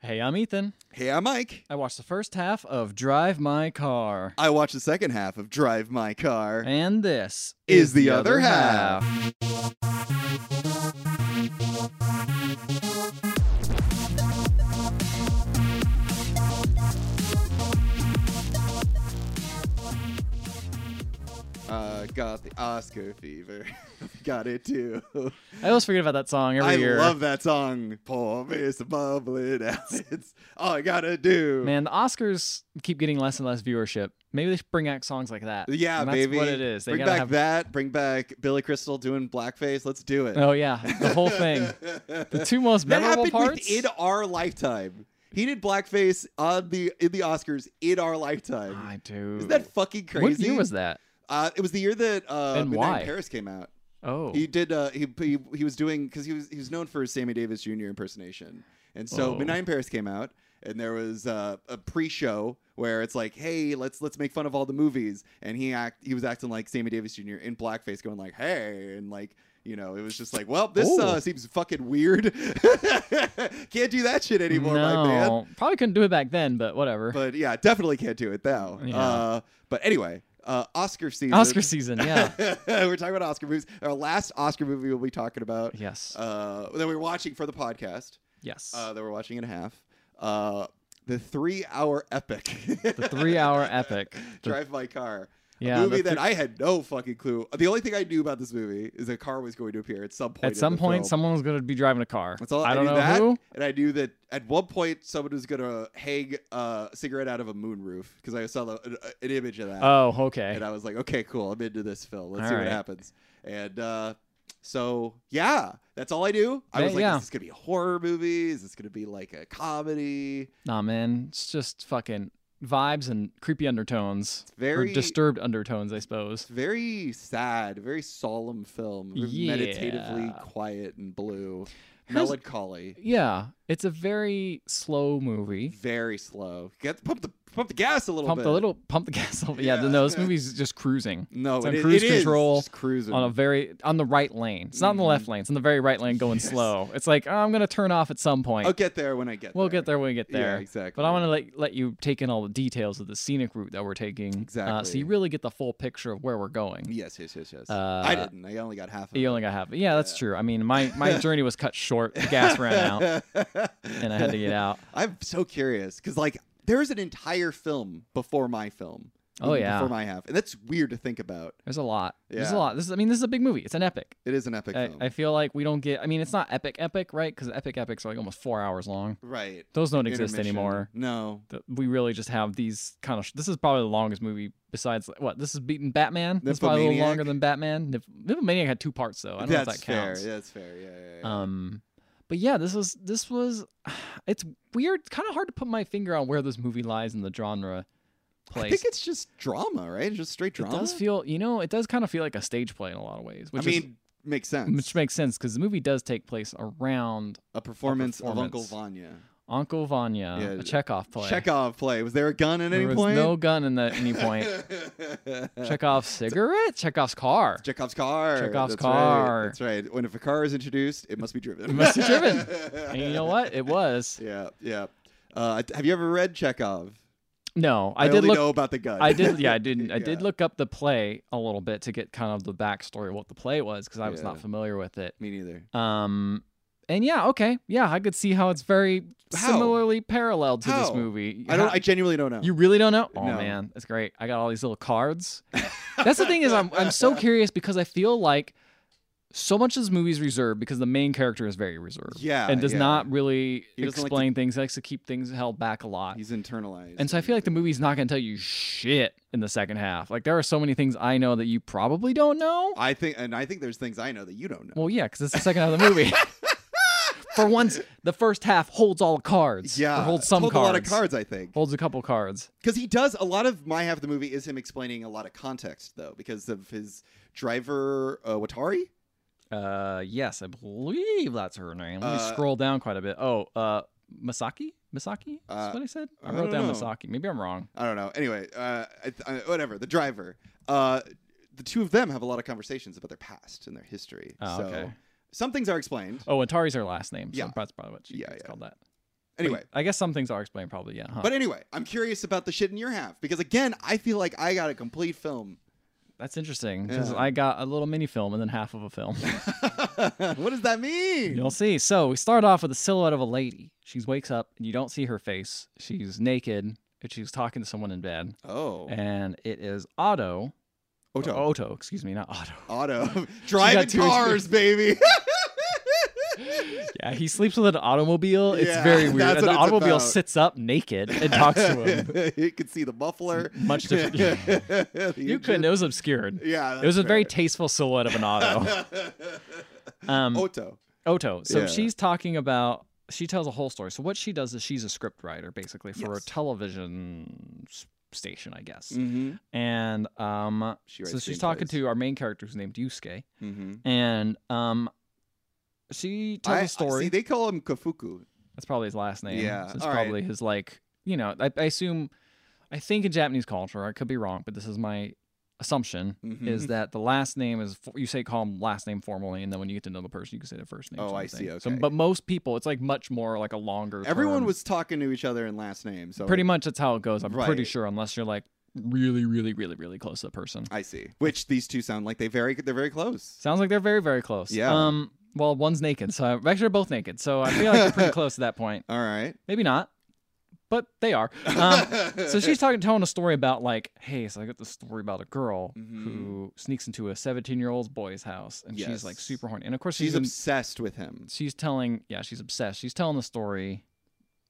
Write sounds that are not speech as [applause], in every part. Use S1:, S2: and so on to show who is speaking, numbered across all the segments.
S1: Hey, I'm Ethan.
S2: Hey, I'm Mike.
S1: I watched the first half of Drive My Car.
S2: I watched the second half of Drive My Car.
S1: And this
S2: Is the other half. Uh, got the Oscar fever. [laughs] got it too.
S1: I always forget about that song every
S2: I
S1: year.
S2: love that song. Poor Mr. Bubbling Out. It's all I gotta do.
S1: Man, the Oscars keep getting less and less viewership. Maybe they should bring back songs like that.
S2: Yeah,
S1: And that's
S2: baby.
S1: what it is. They
S2: bring
S1: gotta
S2: back
S1: have-
S2: that. Bring back Billy Crystal doing blackface. Let's do it.
S1: Oh yeah, the whole
S2: [laughs]
S1: thing. The two most
S2: that
S1: memorable
S2: happened
S1: parts.
S2: within our lifetime. He did blackface on the in the Oscars in our lifetime.
S1: I do.
S2: Isn't that fucking crazy?
S1: Ah, What year was that?
S2: Uh, it was the year that uh,
S1: And
S2: Midnight in
S1: why?
S2: Paris came out.
S1: Oh,
S2: He did. Uh, he, he he was doing because he was he was known for his Sammy Davis Jr. impersonation, and
S1: Oh.
S2: so Midnight in Paris came out, and there was uh, a pre-show where it's like, hey, let's let's make fun of all the movies, and he act he was acting like Sammy Davis Jr. in blackface, going like, hey, and like. You know, it was just like, well, this
S1: Ooh.
S2: uh, seems fucking weird. [laughs] can't do that shit anymore, my man.
S1: no. Probably couldn't do it back then, but whatever.
S2: But yeah, definitely can't do it now.
S1: Yeah.
S2: Uh, but anyway, uh, Oscar season.
S1: Oscar season, yeah.
S2: [laughs] We're talking about Oscar movies. Our last Oscar movie we'll be talking about
S1: yes.
S2: uh, that we're watching for the podcast
S1: yes.
S2: uh, that we're watching in half. Uh, the three-hour epic.
S1: the three-hour epic. The-
S2: [laughs] Drive My Car.
S1: yeah.
S2: a
S1: the
S2: movie that
S1: thr-
S2: I had no fucking clue. The only thing I knew about this movie is a car was going to appear at some point.
S1: at
S2: in
S1: some
S2: the
S1: point
S2: film.
S1: someone was going to be driving a car.
S2: That's all
S1: I don't
S2: knew
S1: know
S2: that,
S1: who.
S2: And I knew that at one point someone was gonna hang uh, a cigarette out of a moonroof because I saw the, an, an image of that,
S1: Oh, okay.
S2: and I was like, okay, cool, I'm into this film. Let's
S1: All
S2: see
S1: right.
S2: what happens. And uh, so yeah, that's all I knew. I
S1: Yeah,
S2: was like,
S1: yeah.
S2: is this gonna be a horror movie? Is this gonna be like a comedy?
S1: Nah, man, it's just fucking vibes and creepy undertones
S2: Very
S1: or disturbed undertones, I suppose.
S2: Very sad, very solemn film, very
S1: Yeah.
S2: meditatively quiet and blue,
S1: Here's-
S2: melancholy,
S1: Yeah, it's a very slow movie.
S2: very slow. Get pump the pump the gas a little
S1: Pump
S2: bit.
S1: the little, pump the [laughs] gas. a little- Yeah,
S2: Yeah.
S1: no,
S2: [laughs]
S1: this movie's just cruising
S2: No,
S1: It's
S2: it
S1: on
S2: is-
S1: cruise
S2: it is
S1: control
S2: just cruising.
S1: on a very on the right lane. It's not in the
S2: Mhm.
S1: left lane. It's in the very right lane, going
S2: [laughs] Yes.
S1: slow. It's like oh, I'm gonna turn off at some point.
S2: I'll get there when I get.
S1: We'll
S2: there.
S1: get there when we get there.
S2: Yeah, exactly.
S1: But I want to let let you take in all the details of the scenic route that we're taking, uh, so
S2: Exactly.
S1: you really get the full picture of where we're going.
S2: Yes, yes, yes, yes.
S1: Uh,
S2: I didn't. I only got half. of
S1: You only got half. Yeah, that's true. I mean, my my
S2: [laughs]
S1: journey was cut short. The gas ran out,
S2: out,
S1: and I had to get
S2: [laughs]
S1: out.
S2: I'm so curious because like there is an entire film before my film.
S1: Oh,
S2: even
S1: yeah.
S2: Before my half, and that's weird to think about.
S1: There's a lot. There's a
S2: Yeah.
S1: lot. This is. I mean, this is a big movie. It's an epic.
S2: It is an epic
S1: I,
S2: film,
S1: I feel like we don't get. I mean, it's not epic epic, right? Because epic epics are like almost four hours long.
S2: right?
S1: Those don't exist
S2: Intermission.
S1: anymore.
S2: No,
S1: Th- We really just have these kind of. Sh- this is probably the longest movie besides what this is beating Batman. This is probably a little longer
S2: Nymphomaniac?
S1: than Batman. Nif- Nymphomaniac had two parts though. I don't know
S2: that's
S1: if that
S2: fair.
S1: counts.
S2: That's fair. Yeah, yeah, yeah.
S1: Um, but yeah, this was this was [sighs] it's weird, kind of hard to put my finger on where this movie lies in the genre place.
S2: I think it's just drama, right? It's just straight
S1: it
S2: drama.
S1: does feel, you know, it does kind of feel like a stage play in a lot of ways,
S2: I
S1: which
S2: mean, makes
S1: is,
S2: sense.
S1: which makes sense because the movie does take place around
S2: a, performance of Uncle
S1: performance.
S2: Vanya.
S1: Uncle Vanya,
S2: Yeah,
S1: a Chekhov play.
S2: Chekhov play. Was there a gun at
S1: there
S2: any
S1: was
S2: point?
S1: no gun in that at any
S2: [laughs]
S1: point. Chekhov's cigarette, Chekhov's car.
S2: Chekhov's car.
S1: Chekhov's
S2: That's right.
S1: car.
S2: That's right. When if a car is introduced, it must be driven. It
S1: must be
S2: [laughs]
S1: driven. And you know what? It was.
S2: Yeah, yeah. Uh, have you ever read Chekhov?
S1: No, I, did
S2: only
S1: look
S2: know about the gun.
S1: I
S2: [laughs]
S1: did, yeah, I did. I did
S2: Yeah.
S1: look up the play a little bit to get kind of the backstory of what the play was because I was not
S2: Yeah.
S1: familiar with it.
S2: Me neither.
S1: Um, and yeah, okay, yeah, I could see how it's very
S2: How?
S1: similarly parallel to this
S2: How?
S1: movie.
S2: I don't.
S1: How-
S2: I genuinely don't know.
S1: you really don't know? Oh
S2: No.
S1: man, that's great. I got all these little
S2: [laughs]
S1: cards. that's the thing is, I'm I'm so curious because I feel like so much of this movie is reserved because the main character is very reserved.
S2: Yeah,
S1: And does
S2: yeah.
S1: not really
S2: He doesn't like to-
S1: explain things. He likes to keep things held back a lot.
S2: He's internalized.
S1: And so I feel like the movie's not going to tell you shit in the second half. Like there are so many things I know that you probably don't know.
S2: I think, and I think there's things I know that you don't know.
S1: Well, yeah, because it's the second half of the
S2: [laughs]
S1: movie. For once, the first half holds all cards.
S2: yeah,
S1: or holds some
S2: Told
S1: cards.
S2: a lot of cards. I think
S1: Holds a couple cards.
S2: because he does a lot of my half of the movie is him explaining a lot of context though because of his driver uh, Watari.
S1: Uh, yes, I believe that's her name. Let me
S2: Uh,
S1: scroll down quite a bit. Oh, uh, Masaki. Masaki.
S2: Uh,
S1: That's what I said. I
S2: I
S1: wrote
S2: don't
S1: down
S2: know.
S1: Masaki. Maybe I'm wrong.
S2: I don't know. Anyway, uh, I, I, whatever. The driver. Uh, the two of them have a lot of conversations about their past and their history.
S1: Oh,
S2: so
S1: okay.
S2: some things are explained.
S1: Oh, Atari's her last name. So
S2: Yeah.
S1: that's probably what she
S2: Yeah,
S1: it's
S2: yeah.
S1: called that.
S2: Anyway,
S1: Wait, I guess some things are explained probably, yeah. Huh?
S2: but anyway, I'm curious about the shit in your half because again, I feel like I got a complete film. [laughs]
S1: That's interesting because
S2: Yeah.
S1: I got a little mini film and then half of a film.
S2: what does that mean?
S1: You'll see. So we start off with a silhouette of a lady. She wakes up and you don't see her face. She's naked and she's talking to someone in bed.
S2: Oh,
S1: And it is Otto. Oh,
S2: Otto,
S1: Otto, excuse me, not Otto. [laughs]
S2: [laughs] Otto, driving
S1: Oh. two or three. [laughs]
S2: cars, baby.
S1: Yeah, he sleeps with an automobile. It's
S2: Yeah,
S1: very weird.
S2: [laughs] that's
S1: And the
S2: what it's
S1: automobile
S2: about.
S1: sits up naked and talks to him.
S2: [laughs] you could see the muffler.
S1: Much different.
S2: [laughs] The
S1: you
S2: engine.
S1: couldn't. It was
S2: [laughs]
S1: obscured.
S2: Yeah,
S1: It was a
S2: that's
S1: very
S2: fair.
S1: tasteful silhouette of an
S2: [laughs]
S1: auto. Um,
S2: Otto.
S1: Oto. So
S2: Oh, Yeah.
S1: she's talking about. She tells a whole story. So what she does is she's a script writer, basically for
S2: Yes.
S1: a television s- station, I guess.
S2: Mm-hmm.
S1: And um,
S2: She
S1: so she's talking to our main character who's named Yusuke,
S2: Mm-hmm.
S1: and um, she tells
S2: I,
S1: a story.
S2: See, they call him Kafuku.
S1: That's probably his last name.
S2: Yeah,
S1: So it's
S2: all right.
S1: probably his like. You know, I, I assume. I think in Japanese culture, I could be wrong, but this is my assumption.
S2: Mm-hmm.
S1: Is that the last name is you say call them last name formally, and then when you get to know the person, you can say their first name.
S2: Oh,
S1: sort of
S2: I see,
S1: thing. So,
S2: okay.
S1: but most people, it's like much more like a longer.
S2: Everyone
S1: term.
S2: was talking to each other in last name, so
S1: pretty much that's how it goes. I'm pretty
S2: Right.
S1: sure, unless you're like really, really, really, really close to the person.
S2: I see. Which these two sound like they very they're very close.
S1: Sounds like they're very, very close.
S2: Yeah.
S1: Um. Well, one's naked, so actually they're both naked. So I feel like they're
S2: [laughs]
S1: pretty close to that point.
S2: All right.
S1: Maybe not, but they are. Um,
S2: [laughs]
S1: so she's talking, telling a story about like, hey, so I got this story about a girl
S2: Mhm.
S1: who sneaks into a 17 year old boy's house, and she's like
S2: Yes.
S1: super horny. And of course, she's
S2: she's
S1: in-
S2: obsessed with him.
S1: she's telling, yeah, she's obsessed. She's telling the story,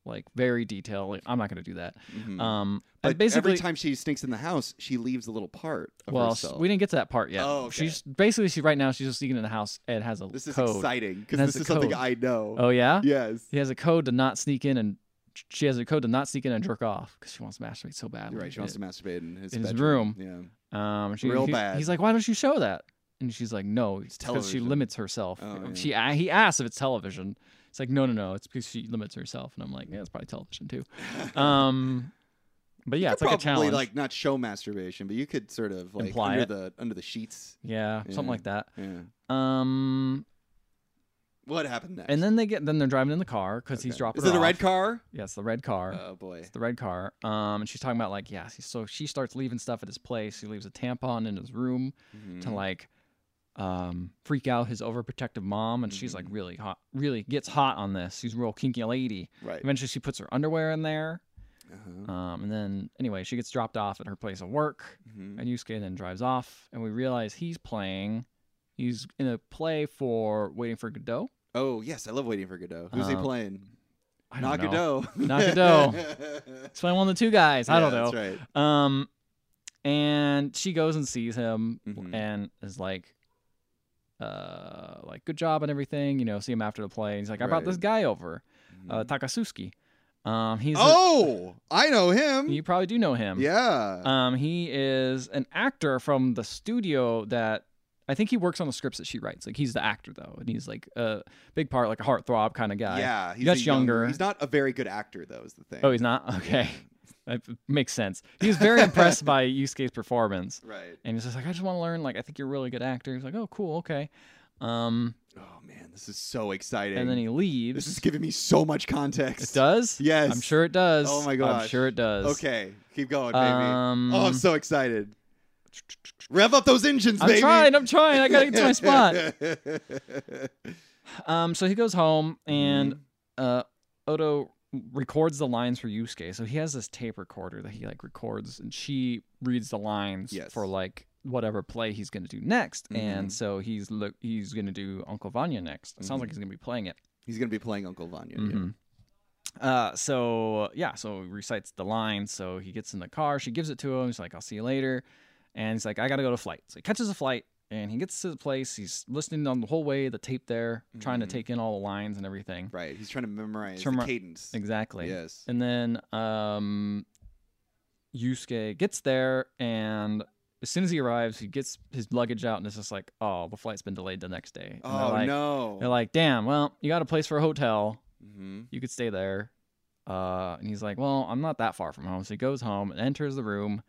S1: like very detailed. Like, I'm not gonna do that.
S2: Mhm.
S1: Um,
S2: but
S1: and basically,
S2: every time she sneaks in the house, she leaves a little part of
S1: well, s-
S2: herself.
S1: we didn't get to that part yet.
S2: Oh, okay.
S1: She's basically she right now she's just sneaking in the house and has a
S2: this is
S1: code.
S2: exciting
S1: And
S2: because
S1: has
S2: this
S1: the
S2: is something
S1: code.
S2: I know.
S1: Oh yeah,
S2: Yes.
S1: he has a code to not sneak in and. She has a code to not sneak in and jerk off because she wants to masturbate so badly.
S2: You're right. She wants to masturbate in his,
S1: in his
S2: bedroom. Yeah.
S1: Um, and she,
S2: Real
S1: he-
S2: bad.
S1: He's like, why don't you show that? And she's like, no, it's because she
S2: television."
S1: limits herself.
S2: Oh, yeah.
S1: She a- he asks if it's television. It's like, no, no, no, it's because she limits herself. And I'm like, yeah, it's probably television too. Um, but yeah, it's like a
S2: Probably
S1: challenge.
S2: like not show masturbation, but you could sort of like
S1: Imply
S2: under
S1: it.
S2: the under the sheets.
S1: yeah, something
S2: Yeah.
S1: like that.
S2: Yeah.
S1: Um,
S2: What happened next?
S1: and then they get then they're driving in the car because he's
S2: Okay.
S1: dropping.
S2: Is it
S1: her
S2: a red
S1: off.
S2: car?
S1: Yeah, it's the red car.
S2: Oh boy.
S1: the red car. Um, and she's talking about like, yeah. So she starts leaving stuff at his place. She leaves a tampon in his room. to
S2: Mhm.
S1: like um, freak out his overprotective mom, and she's like
S2: Mm-hmm.
S1: really hot, really gets hot on this. She's a real kinky lady.
S2: Right.
S1: Eventually, she puts her underwear in there,
S2: Uh-huh.
S1: um, and then anyway, she gets dropped off at her place of work,
S2: Mhm.
S1: and Yusuke then drives off, and we realize he's playing. He's in a play for Waiting for Godot.
S2: Oh yes, I love waiting for Godot. Who's he
S1: Uh,
S2: playing?
S1: I
S2: Not
S1: don't know.
S2: Godot.
S1: Not
S2: [laughs]
S1: Godot. It's playing one of the two guys. I don't
S2: Yeah,
S1: know.
S2: That's right.
S1: Um, and she goes and sees him
S2: Mhm.
S1: and is like, uh, like good job and everything. You know, see him after the play. And he's like, I brought this guy
S2: Right.
S1: over, uh,
S2: Mhm.
S1: Takasuski. Um, he's a-
S2: oh, I know him.
S1: you probably do know him.
S2: yeah.
S1: Um, he is an actor from the studio that. I think he works on the scripts that she writes. Like he's the actor though, and he's like a big part, like a heartthrob kind of guy.
S2: yeah. He's
S1: Much
S2: a young-
S1: younger.
S2: He's not a very good actor, though. Is the thing.
S1: Oh, he's not [laughs] okay. that makes sense. He was very impressed by Yusuke's performance.
S2: Right.
S1: And he's just like, I just want to learn. Like, I think you're a really good actor. He's like, oh, cool, okay. Um,
S2: Oh man, this is so exciting.
S1: and then he leaves.
S2: This is giving me so much
S1: It
S2: context.
S1: does?
S2: Yes.
S1: I'm sure it does.
S2: Oh my
S1: I'm
S2: gosh.
S1: sure it does.
S2: Okay, keep going, baby.
S1: Um,
S2: oh, I'm so excited. Rev up those engines,
S1: I'm
S2: baby.
S1: trying. I'm trying. I gotta get to my spot.
S2: [laughs] spot.
S1: Um, so he goes home and
S2: Mm-hmm.
S1: uh, Odo records the lines for Yusuke. So he has this tape recorder that he like records, and she reads the lines
S2: Yes.
S1: for like whatever play he's gonna do next. And
S2: Mhm.
S1: so he's look he's gonna do Uncle Vanya next. It sounds
S2: Mm-hmm.
S1: like he's gonna be playing it.
S2: [laughs] He's gonna be playing Uncle Vanya. yeah.
S1: Mhm. Uh, so yeah, so he recites the line. So he gets in the car. She gives it to him. He's like, "I'll see you later," and he's like, "I gotta go to flight." So he catches a flight and he gets to the place. He's listening on the whole way, the tape there, trying to
S2: Mhm.
S1: take in all the lines and everything.
S2: Right. He's trying to memorize
S1: Termi-
S2: the cadence.
S1: Exactly.
S2: Yes.
S1: And then um, Yusuke gets there, and as soon as he arrives, he gets his luggage out, and it's just like, "Oh, the flight's been delayed the next day." And they're
S2: oh
S1: like-
S2: no.
S1: They're like, "Damn, well, you got a place for a hotel."
S2: hmm
S1: you could stay there. Uh, and he's like, well, I'm not that far from home. So he goes home and enters the room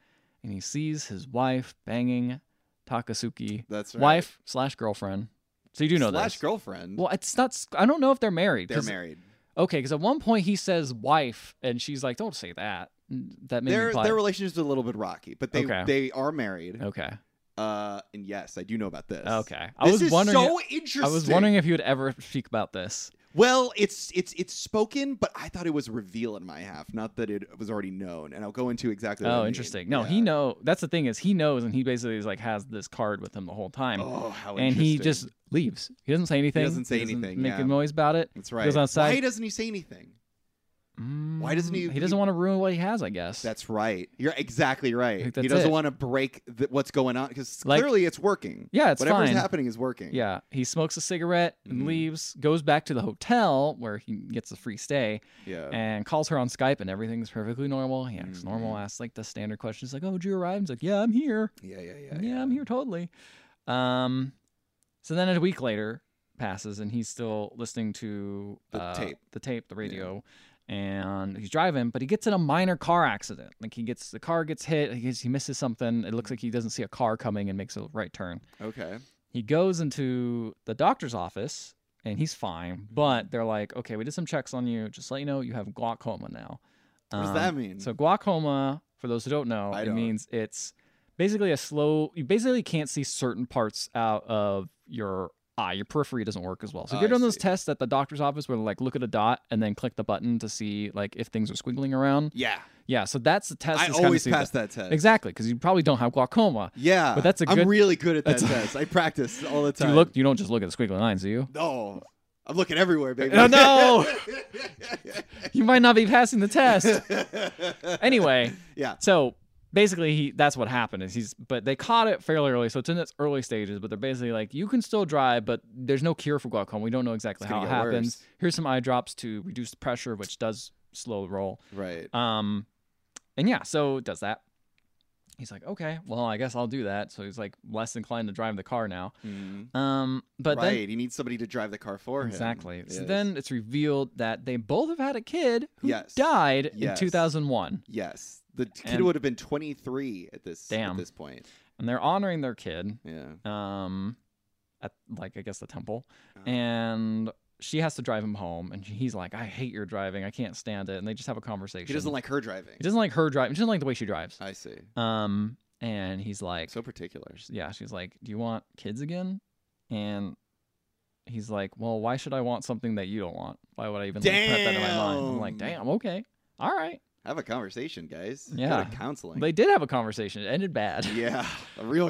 S1: and he sees his wife banging Takasuki,
S2: That's right.
S1: wife slash girlfriend. So you do know
S2: slash
S1: this.
S2: girlfriend.
S1: Well, it's not, I don't know if they're married.
S2: They're
S1: 'cause-
S2: married.
S1: Okay, because at one point he says wife, and she's like, "Don't say that." Mm, That made me
S2: Their
S1: imply-
S2: their relationship's a little bit rocky, but they
S1: Okay.
S2: they are married.
S1: Okay.
S2: Uh, and yes, I do know about this.
S1: Okay. I
S2: This
S1: was
S2: is
S1: wondering.
S2: so interesting.
S1: I was wondering if you would ever speak about this.
S2: Well, it's it's it's spoken, but I thought it was reveal in my half, not that it was already known. And I'll go into exactly. what I
S1: oh,
S2: mean.
S1: interesting. No,
S2: Yeah.
S1: he know. That's the thing is he knows, and he basically is like has this card with him the whole time,
S2: Oh, how
S1: and he
S2: interesting.
S1: just leaves. He doesn't say anything.
S2: doesn't say anything,
S1: Make
S2: yeah.
S1: a noise about it.
S2: that's right.
S1: goes outside.
S2: Why doesn't he say anything? Why doesn't he-
S1: Mm, He doesn't want to ruin what he has, I guess.
S2: That's right. You're exactly right.
S1: think
S2: He
S1: that's
S2: doesn't
S1: it.
S2: want to break the, what's going on because
S1: Like-
S2: clearly it's working.
S1: yeah, it's
S2: Whatever's
S1: fine.
S2: happening is working.
S1: Yeah, he smokes a cigarette and
S2: Mhm.
S1: leaves. Goes back to the hotel where he gets a free stay
S2: Yeah.
S1: and calls her on Skype, and everything's perfectly normal. He acts
S2: Mhm.
S1: normal, asks like the standard questions, like, "Oh, did you arrive?" He's like, "Yeah, I'm here."
S2: yeah. Yeah.
S1: Yeah, I'm here totally. Um, so then a week later passes, and he's still listening to
S2: The
S1: uh,
S2: tape.
S1: the tape, the radio, and he's driving, but he gets in a minor car accident. Like he gets the car gets hit, he, gets, he misses something. It looks like he doesn't see a car coming and makes a right turn.
S2: Okay.
S1: He goes into the doctor's office. And he's fine, but they're like, okay, we did some checks on you. Just to let you know, you have glaucoma now.
S2: What does
S1: Um,
S2: that mean?
S1: so glaucoma, for those who don't know,
S2: I
S1: it
S2: don't.
S1: means it's basically a slow. You basically can't see certain parts out of your eye. Your periphery doesn't work as well. So if
S2: I
S1: you're doing those
S2: see.
S1: tests at the doctor's office where like look at a dot and then click the button to see like if things are squiggling around.
S2: yeah,
S1: Yeah, so that's the test.
S2: I
S1: is kinda
S2: always
S1: see
S2: pass
S1: that.
S2: that test.
S1: Exactly, because you probably don't have glaucoma.
S2: Yeah,
S1: But that's a
S2: I'm
S1: good-
S2: really good at that
S1: that's a-
S2: test. I practice all the
S1: Do
S2: time.
S1: you look. You don't just look at the squiggly lines, do you?
S2: No, I'm looking everywhere, baby.
S1: Oh, no!
S2: [laughs]
S1: You might not be passing the test. Anyway,
S2: Yeah.
S1: So basically, he that's what happened. Is he's but they caught it fairly early, so it's in its early stages. But they're basically like, you can still drive, but there's no cure for glaucoma. We don't know exactly
S2: It's
S1: how
S2: gonna
S1: it
S2: get
S1: happens.
S2: worse.
S1: Here's some eye drops to reduce the pressure, which does slow the roll.
S2: Right.
S1: Um, and yeah, so it does that. He's like, okay, well, I guess I'll do that. So he's like less inclined to drive the car now.
S2: Mhm.
S1: Um, but
S2: right.
S1: then
S2: he needs somebody to drive the car for him.
S1: exactly. So
S2: Yes.
S1: then it's revealed that they both have had a kid who
S2: Yes.
S1: died
S2: Yes.
S1: in 2001,
S2: Yes. The kid
S1: And-
S2: would have been 23 at this at
S1: Damn.
S2: this point.
S1: and they're honoring their kid.
S2: Yeah.
S1: um at like I guess the temple
S2: Oh.
S1: and she has to drive him home and he's like I hate your driving I can't stand it and they just have a conversation
S2: He doesn't like her driving.
S1: he doesn't like her driving she doesn't like the way she drives
S2: I see.
S1: um and he's like
S2: So particular.
S1: yeah she's like do you want kids again and he's like well why should I want something that you don't want why would I even like, put that in my mind I'm like
S2: Damn.
S1: damn okay all right
S2: Have a conversation, guys. Go to
S1: Yeah.
S2: counseling.
S1: they did have a conversation it ended bad
S2: [laughs] yeah. A real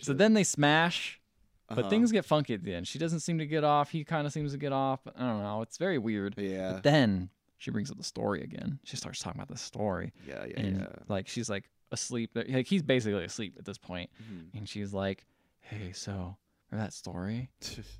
S1: [laughs] so then they smash But
S2: Uh-huh.
S1: things get funky at the end. She doesn't seem to get off. He kind of seems to get off. I don't know. It's very weird.
S2: Yeah.
S1: But then she brings up the story again. She starts talking about the story.
S2: Yeah. Yeah.
S1: and
S2: Yeah.
S1: like she's like asleep. Like he's basically asleep at this point. [laughs]
S2: Mhm.
S1: And she's like, "Hey, so remember that story?"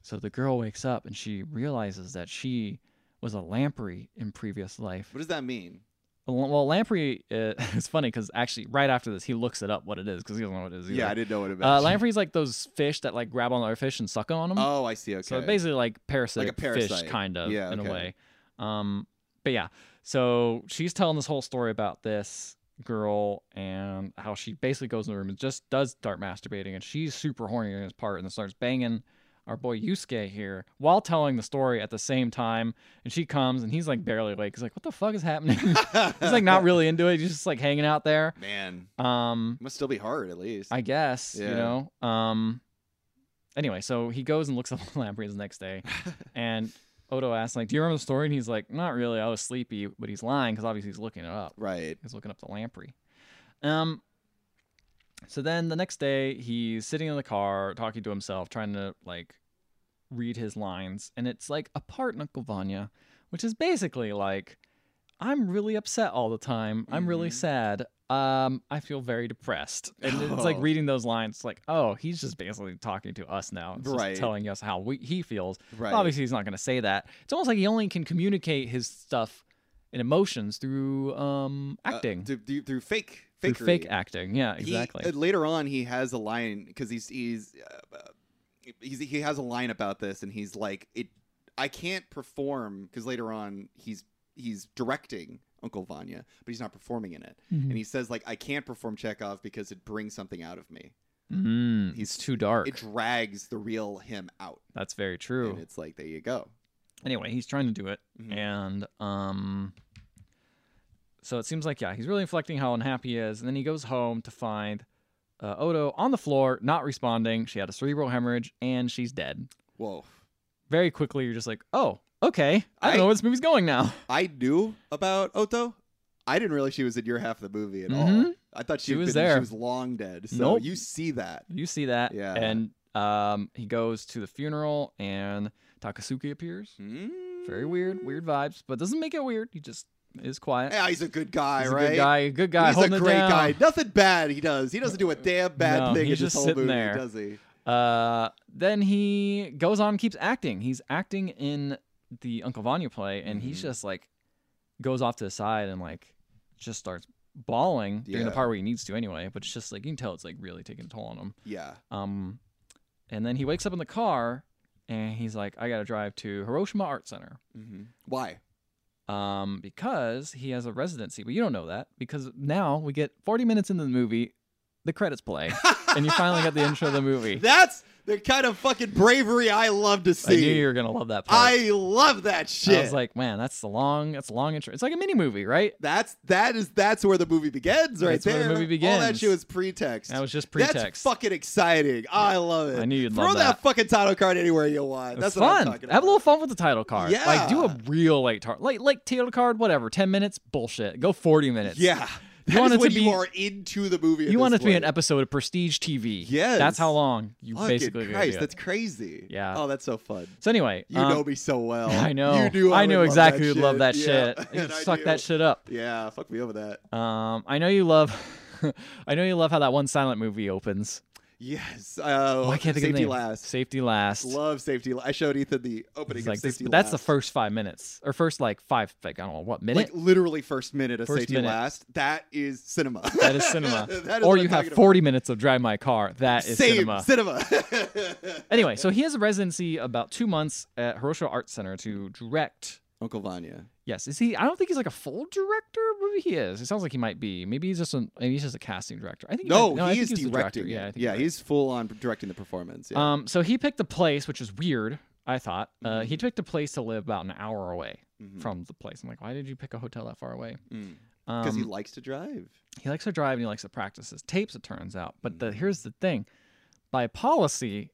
S1: So the girl wakes up and she realizes that she was a lamprey in previous life.
S2: What does that mean?
S1: Well, well, lamprey. Uh, [laughs] it's funny because actually, right after this, he looks it up what it is because he doesn't know what it is.
S2: Yeah, I
S1: either.
S2: didn't know what it meant.
S1: Uh, lamprey's like those fish that like grab on other fish and suck on them.
S2: oh, I see. Okay.
S1: So basically, like parasitic
S2: parasite.
S1: fish, kind of,
S2: Yeah,
S1: in
S2: okay.
S1: a way. Um, but yeah, so she's telling this whole story about this girl and how she basically goes in the room and just does start masturbating, and she's super horny in this part and then starts banging our boy Yusuke here while telling the story at the same time. And she comes and he's like barely awake. He's like, "What the fuck is happening?" [laughs] he's
S2: [laughs]
S1: like not really into it. He's just like hanging out there.
S2: Man,
S1: Um,
S2: it must still be hard at least.
S1: I guess
S2: Yeah.
S1: you know. Um, anyway, so he goes and looks [laughs] up lampreys the next day. And Odo asks, like, do you remember the story? And he's like, not really. I was sleepy, but he's lying because obviously he's looking it up.
S2: right.
S1: He's looking up the lamprey. Um. So then the next day, he's sitting in the car talking to himself, trying to like read his lines, and it's like a part Uncle Vanya, which is basically like, I'm really upset all the time. I'm really
S2: Mhm.
S1: sad. Um, I feel very depressed, and it's like
S2: Oh.
S1: reading those lines. Like, oh, he's just basically talking to us now, It's just
S2: Right.
S1: telling us how we, he feels.
S2: Right.
S1: Obviously, he's not going to say that. It's almost like he only can communicate his stuff and emotions through um,
S2: Uh,
S1: acting,
S2: through, through, through fake,
S1: through
S2: fakery.
S1: fake acting. Yeah,
S2: He-
S1: exactly.
S2: uh, later on, he has a line because he's he's, uh, uh, he's he has a line about this, and he's like, "It, I can't perform because later on he's he's directing Uncle Vanya, but he's not performing in it,
S1: Mhm.
S2: and he says like, I can't perform Chekhov because it brings something out of me.
S1: Mm,
S2: he's-
S1: it's too dark.
S2: It drags the real him out,
S1: That's very
S2: and
S1: true.
S2: it's like there you go.
S1: Anyway, he's trying to do it,
S2: Mhm.
S1: and um, so it seems like yeah, he's really inflecting how unhappy he is, and then he goes home to find uh, Odo on the floor, not responding. She had a cerebral hemorrhage, and she's dead.
S2: Whoa.
S1: Very quickly, you're just like, oh, okay, I don't know
S2: I-
S1: where this movie's going now.
S2: I knew about Oto. I didn't realize she was in your half of the movie at all.
S1: Mhm.
S2: I thought she,
S1: She
S2: had
S1: was
S2: been-
S1: there.
S2: She was long dead. So
S1: Nope.
S2: you see that.
S1: You see that,
S2: Yeah.
S1: and um, he goes to the funeral, and Takasuke appears. Hmm. Very weird, weird vibes, but doesn't make it weird. He just is quiet.
S2: Yeah, he's a good guy,
S1: He's a
S2: right?
S1: good guy. Good guy.
S2: He's a
S1: holding it
S2: great
S1: down. Uh,
S2: guy. Nothing bad he does. He doesn't do a damn bad
S1: No,
S2: thing
S1: he's
S2: in this
S1: just
S2: whole
S1: sitting
S2: movie,
S1: there.
S2: does he?
S1: Uh, then he goes on, and keeps acting. He's acting in the Uncle Vanya play, and he's
S2: Mhm.
S1: just like goes off to the side and like just starts bawling during the
S2: Yeah.
S1: part where he needs to anyway. But it's just like you can tell it's like really taking a toll on him.
S2: Yeah.
S1: Um, and then he wakes up in the car and he's like, I gotta drive to Hiroshima Art Center.
S2: Mm-hmm. Why?
S1: um, because he has a residency. But you don't know that because now we get 40 minutes into the movie, the credits play, and you finally
S2: [laughs]
S1: get the intro of the movie.
S2: That's the kind of fucking bravery I love to
S1: I
S2: see.
S1: knew you were gonna love that part.
S2: I love that
S1: I
S2: shit.
S1: was like, man, that's the long, that's a long intro. It's like a mini movie, right?
S2: that's that is that's where the movie begins, right
S1: That's
S2: there.
S1: where the movie
S2: All that
S1: begins.
S2: shit was pretext.
S1: That was just pretext.
S2: That's fucking exciting. Oh, I love it.
S1: I knew you'd
S2: Throw
S1: love
S2: that.
S1: that.
S2: fucking title card anywhere you want.
S1: It's
S2: That's what I'm
S1: fun.
S2: talking
S1: Have a little
S2: about.
S1: fun with the title card. Like do
S2: Yeah.
S1: a real late tar- like like title card, whatever. Ten minutes, bullshit. Go forty minutes.
S2: Yeah. [laughs]
S1: You
S2: That
S1: want
S2: is
S1: it to
S2: when you
S1: be-
S2: are into the movie. at
S1: You want
S2: this
S1: it to be an
S2: point.
S1: episode of Prestige TV.
S2: Yes.
S1: That's how long you
S2: Fucking
S1: basically gonna
S2: Christ,
S1: do it.
S2: that's crazy.
S1: Yeah.
S2: Oh, that's so fun.
S1: So anyway,
S2: You
S1: um,
S2: know me so
S1: [laughs]
S2: well.
S1: I know.
S2: You knew I,
S1: I, knew
S2: would
S1: exactly
S2: love
S1: you'd
S2: that
S1: love that
S2: Yeah, [laughs]
S1: shit. You
S2: and I
S1: suck
S2: do.
S1: that shit up.
S2: Yeah, fuck me over that.
S1: Um, I know you love. [laughs] I know you love how that one silent movie opens.
S2: Yes. Uh,
S1: Oh, I can't think
S2: safety
S1: of the name.
S2: last.
S1: Safety last.
S2: Love safety. La- I showed Ethan the opening
S1: It's
S2: of
S1: like this-
S2: safety.
S1: but that's the
S2: last.
S1: first five minutes, or first like five, like I don't know what minute.
S2: Like literally first minute of
S1: First
S2: safety
S1: minute.
S2: last. That is cinema.
S1: that is cinema.
S2: [laughs] That is
S1: or
S2: what
S1: you
S2: I'm
S1: have
S2: talking
S1: forty minutes of Drive My Car. That
S2: about.
S1: is
S2: Same,
S1: cinema.
S2: [laughs]
S1: Anyway, so he has a residency about two months at Hiroshima Art Center to direct.
S2: Uncle Vanya.
S1: Yes, is he? I don't think he's like a full director. Maybe he is. It sounds like he might be. Maybe he's just an. Maybe he's just a casting director. I think. he
S2: No,
S1: might- no I
S2: he
S1: think
S2: is
S1: he's the director.
S2: directing. it.
S1: Yeah, I think
S2: yeah,
S1: he's
S2: he's full on directing the performance. Yeah.
S1: Um, so he picked a place, which is weird. I thought uh, he
S2: Mhm.
S1: picked a place to live about an hour away
S2: Mhm.
S1: from the place. I'm like, why did you pick a hotel that far away?
S2: Mm.
S1: Because
S2: because he likes to drive.
S1: he likes to drive and he likes to practice his tapes. It turns out, but
S2: Mm.
S1: the, here's the thing: by policy,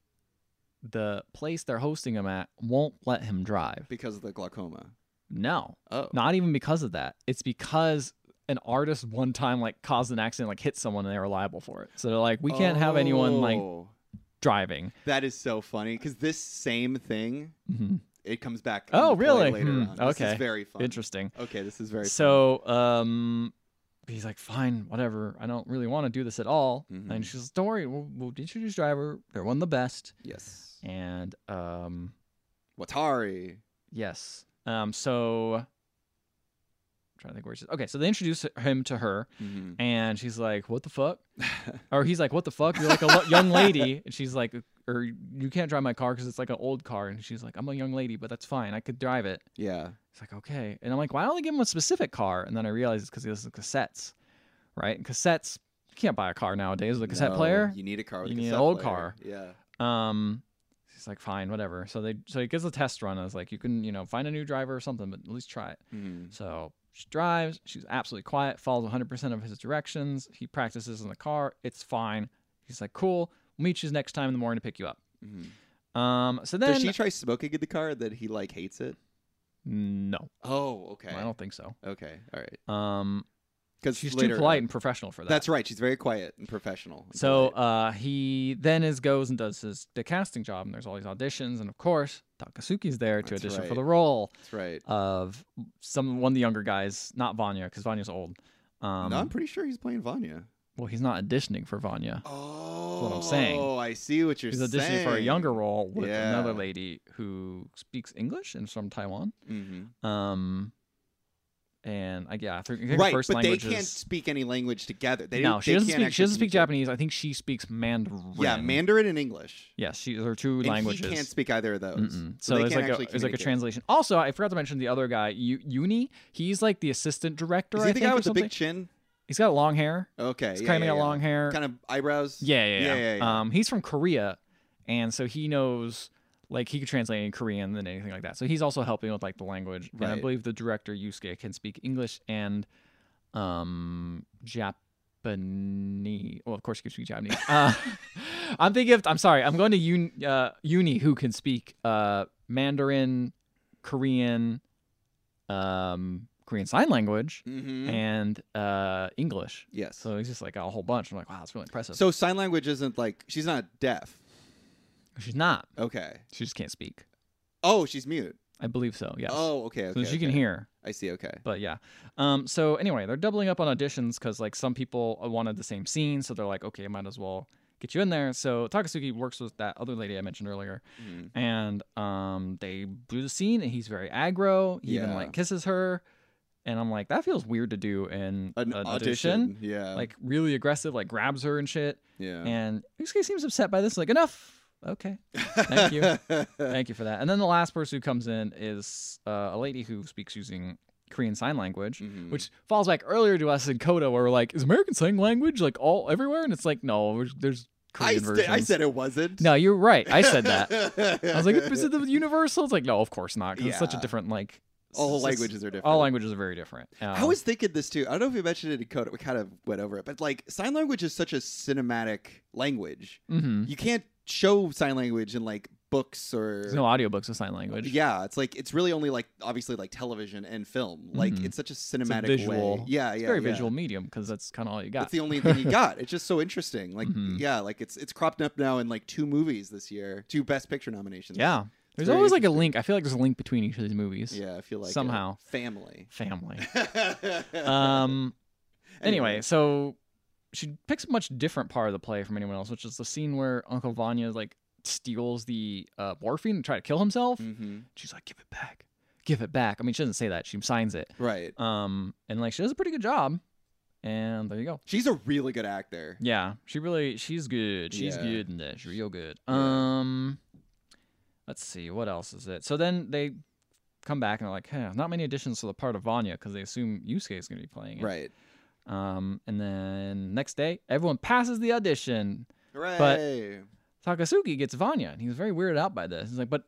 S1: the place they're hosting him at won't let him drive.
S2: because of the glaucoma.
S1: No,
S2: Oh,
S1: not even because of that. It's because an artist one time like caused an accident, like hit someone, and they were liable for it. So they're like, we can't have anyone like
S2: Oh.
S1: driving.
S2: That is so funny because this same thing
S1: Mhm.
S2: it comes back.
S1: Oh,
S2: into play
S1: really?
S2: Later
S1: Hmm,
S2: on. This is
S1: okay.
S2: very fun.
S1: Interesting.
S2: Okay, this is very
S1: so um he's like fine whatever i don't really want to do this at all
S2: Mhm.
S1: and she's like don't worry we'll, we'll introduce driver they're one of the best
S2: Fun. Yes,
S1: and um
S2: Watari.
S1: yes um so I'm trying to think where she's okay so they introduce him to her
S2: Mm-hmm.
S1: and she's like what the fuck or he's like what the fuck you're like a lo- young lady and she's like or you can't drive my car because it's like an old car and she's like i'm a young lady but that's fine i could drive it
S2: [laughs] yeah.
S1: It's like, okay. And I'm like, why don't they give him a specific car? And then I realized it's because he listens to cassettes, right? And cassettes, you can't buy a car nowadays with a cassette
S2: No,
S1: player.
S2: You need a car. With
S1: You
S2: a
S1: need an
S2: cassette
S1: old
S2: player.
S1: car.
S2: Yeah.
S1: Um, he's like, fine, whatever. So they, so he gives a test run. I was like, you can, you know, find a new driver or something, but at least try it.
S2: Mhm.
S1: So she drives. She's absolutely quiet, follows 100% of his directions. He practices in the car. It's fine. He's like, cool. We'll meet you next time in the morning to pick you up.
S2: Mhm.
S1: Um, so then,
S2: Does she try smoking in the car that he like hates it?
S1: no,
S2: Oh, okay.
S1: I don't think so.
S2: Okay, all right.
S1: Um,
S2: Because
S1: she's
S2: later, uh,
S1: too polite and professional for that.
S2: That's right. She's very quiet and professional. and
S1: So
S2: polite.
S1: uh, he then is goes and does his the casting job, and there's all these auditions, and of course Takasuki's there to
S2: That's
S1: audition
S2: right.
S1: for the role
S2: that's right.
S1: of some one of the younger guys, not Vanya, because Vanya's old. Um,
S2: no, I'm pretty sure he's playing Vanya.
S1: well, he's not auditioning for Vanya.
S2: Oh,
S1: I'm saying.
S2: Oh, I see what you're
S1: He's
S2: saying.
S1: auditioning for a younger role with
S2: Yeah.
S1: another lady who speaks English and is from Taiwan.
S2: hmm
S1: Um, and I, yeah, I think I think her
S2: Right,
S1: first
S2: but
S1: language
S2: they can't
S1: is-
S2: speak any language together. They
S1: no,
S2: don't-
S1: she
S2: they
S1: doesn't
S2: can't
S1: speak. She
S2: actually
S1: doesn't speak
S2: communicate.
S1: Japanese. I think she speaks Mandarin.
S2: Yeah, Mandarin and English.
S1: Yes, she her two
S2: And
S1: languages.
S2: he can't speak either of those.
S1: Mm-mm. So,
S2: So, they
S1: there's
S2: can't
S1: like
S2: actually
S1: a there's like a
S2: communicate.
S1: translation. Also, I forgot to mention the other guy, U- Uni. He's like the assistant director.
S2: Is he
S1: I
S2: the
S1: think,
S2: guy
S1: or
S2: with the
S1: something.
S2: big chin?
S1: He's got long hair.
S2: Okay,
S1: He's
S2: yeah,
S1: kind of
S2: yeah,
S1: got
S2: yeah.
S1: long hair.
S2: Kind of eyebrows.
S1: yeah, Um, yeah, yeah.
S2: yeah, yeah, yeah.
S1: Um, he's from Korea, and so he knows like he could translate in Korean than anything like that. So he's also helping with like the language. And I
S2: Right.
S1: believe the director Yusuke can speak English and um Japanese. Well, of course he can speak Japanese. Uh, [laughs] I'm thinking of I'm sorry. I'm going to uni, uh, uni who can speak uh Mandarin, Korean, um Korean sign language
S2: Mm-hmm.
S1: and uh English.
S2: yes. So,
S1: So he's just like a whole bunch. I'm like, wow, that's really impressive.
S2: sign language isn't like she's not deaf.
S1: she's not.
S2: Okay.
S1: She just can't speak.
S2: Oh, she's mute.
S1: I believe so. Yes.
S2: Oh, okay. Okay.
S1: so she can
S2: okay.
S1: hear.
S2: I see. Okay.
S1: But yeah. Um. So anyway, they're doubling up on auditions because like some people uh, wanted the same scene, so they're like, okay, might as well get you in there. So Takasugi works with that other lady I mentioned earlier,
S2: Mhm.
S1: and um, they do the scene, and he's very aggro. He even
S2: Yeah.
S1: like kisses her, and I'm like, that feels weird to do in
S2: An, audition. Yeah.
S1: Like really aggressive, like grabs her and shit.
S2: [laughs] yeah.
S1: And this guy seems upset by this. Like enough. Okay. thank you.
S2: [laughs]
S1: Thank you for that. And then the last person who comes in is uh, a lady who speaks using Korean Sign Language,
S2: Mhm.
S1: which falls back earlier to us in Coda, where we're like, is American Sign Language like all everywhere? And it's like, no, there's- there's
S2: I,
S1: Korean
S2: st-
S1: versions.
S2: I said it wasn't.
S1: no, you're right. I said
S2: [laughs]
S1: that. I was like, is
S2: it [laughs]
S1: it the universal? It's like, no, of course not. 'cause it's such a
S2: Yeah.
S1: different like.
S2: all
S1: s- s-
S2: languages are different?
S1: All languages are very different. Um,
S2: I was thinking this too. I don't know if we mentioned it in code. We kind of went over it, but like sign language is such a cinematic language.
S1: mhm.
S2: You can't show sign language in like books or
S1: There's no audiobooks of sign language.
S2: yeah. It's like it's really only like obviously like television and film. Like
S1: Mhm.
S2: it's such a cinematic way.
S1: visual-
S2: Yeah,
S1: It's
S2: yeah,
S1: very
S2: yeah.
S1: visual medium because that's kind of all you got.
S2: That's the
S1: [laughs]
S2: only thing you got. It's just so interesting. Like
S1: Mhm.
S2: yeah, like it's it's cropped up now in like two movies this year, two best picture nominations.
S1: yeah. There's
S2: very
S1: always like a link. I feel like there's a link between each of these movies.
S2: yeah. I feel like it.
S1: Somehow.
S2: family. [laughs]
S1: Family. um anyway so she picks a much different part of the play from anyone else which is the scene where uncle vanya like steals the uh, morphine to try to kill himself
S2: hmm
S1: Mm. she's like give it back give it back i mean she doesn't say that she signs it
S2: right.
S1: um and like she does a pretty good job and there you go
S2: She's a really good actor.
S1: yeah she really she's good she's
S2: Yeah.
S1: good in this real good
S2: Yeah.
S1: um let's see what else is it so then they come back and they're like huh, not many additions to the part of vanya because they assume yusuke is going to be playing it
S2: Right.
S1: Um, and then next day, everyone passes the audition.
S2: Hooray.
S1: Takasugi gets Vanya, and he's very weirded out by this. He's like, but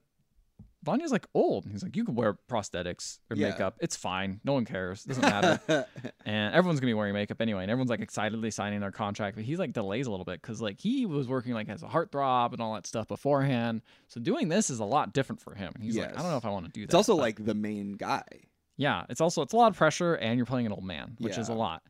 S1: Vanya's like old. He's like, you can wear prosthetics or
S2: Yeah.
S1: makeup. It's fine. No one cares. Doesn't
S2: [laughs]
S1: matter. and everyone's gonna be wearing makeup anyway. And everyone's like excitedly signing their contract, but he's like delays a little bit because like he was working like as a heartthrob and all that stuff beforehand. So doing this is a lot different for him. And he's like, I don't know
S2: Yes.
S1: if I want to do that.
S2: it's also
S1: but-
S2: like the main guy,
S1: yeah, it's also it's a lot of pressure, and you're playing an old man, which is a
S2: Yeah.
S1: lot.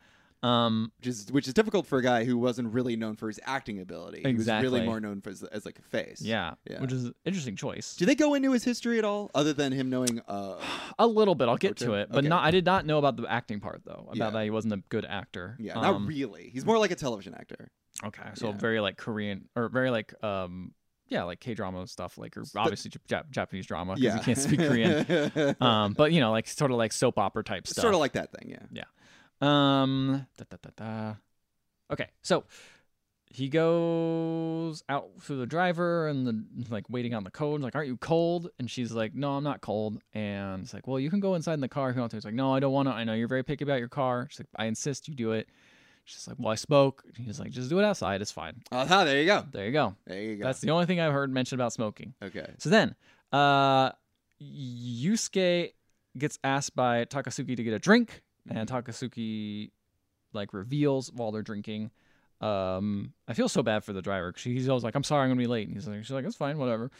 S1: Um,
S2: which is which is difficult for a guy who wasn't really known for his acting ability. He was
S1: Exactly.
S2: really more known for his, as like a face.
S1: yeah,
S2: Yeah.
S1: which is an interesting choice.
S2: Do they go into his history at all, other than him knowing? Uh,
S1: A little bit. I'll get
S2: Culture?
S1: to it, but
S2: Okay.
S1: not. I did not know about the acting part though. About
S2: Yeah.
S1: that he wasn't a good actor.
S2: yeah,
S1: Um,
S2: not really. He's more like a television actor.
S1: Okay, so
S2: yeah.
S1: very like Korean or very like um yeah like K drama stuff like or obviously Jap- Japanese drama because
S2: Yeah,
S1: you can't speak
S2: [laughs]
S1: Korean. Um, but you know like sort of like soap opera type stuff.
S2: sort of like that thing. Yeah.
S1: Um. Da, da, da, da. Okay, so he goes out to the driver and the like waiting on the code. Like, aren't you cold? And she's like, No, I'm not cold. And it's like, Well, you can go inside in the car if you want to. He's like, No, I don't want to. I know you're very picky about your car. She's like, I insist you do it. She's like, Well, I spoke. And he's like, Just do it outside. It's fine.
S2: Oh, ah, there you go.
S1: There you go.
S2: There you go.
S1: That's the only thing I've heard mentioned about smoking.
S2: okay.
S1: So then, uh, Yusuke gets asked by Takasugi to get a drink, and
S2: Mm-hmm.
S1: Takasugi like reveals while they're drinking. Um, I feel so bad for the driver because he's always like, "I'm sorry, I'm gonna be late," and he's like, "She's like, it's fine, whatever."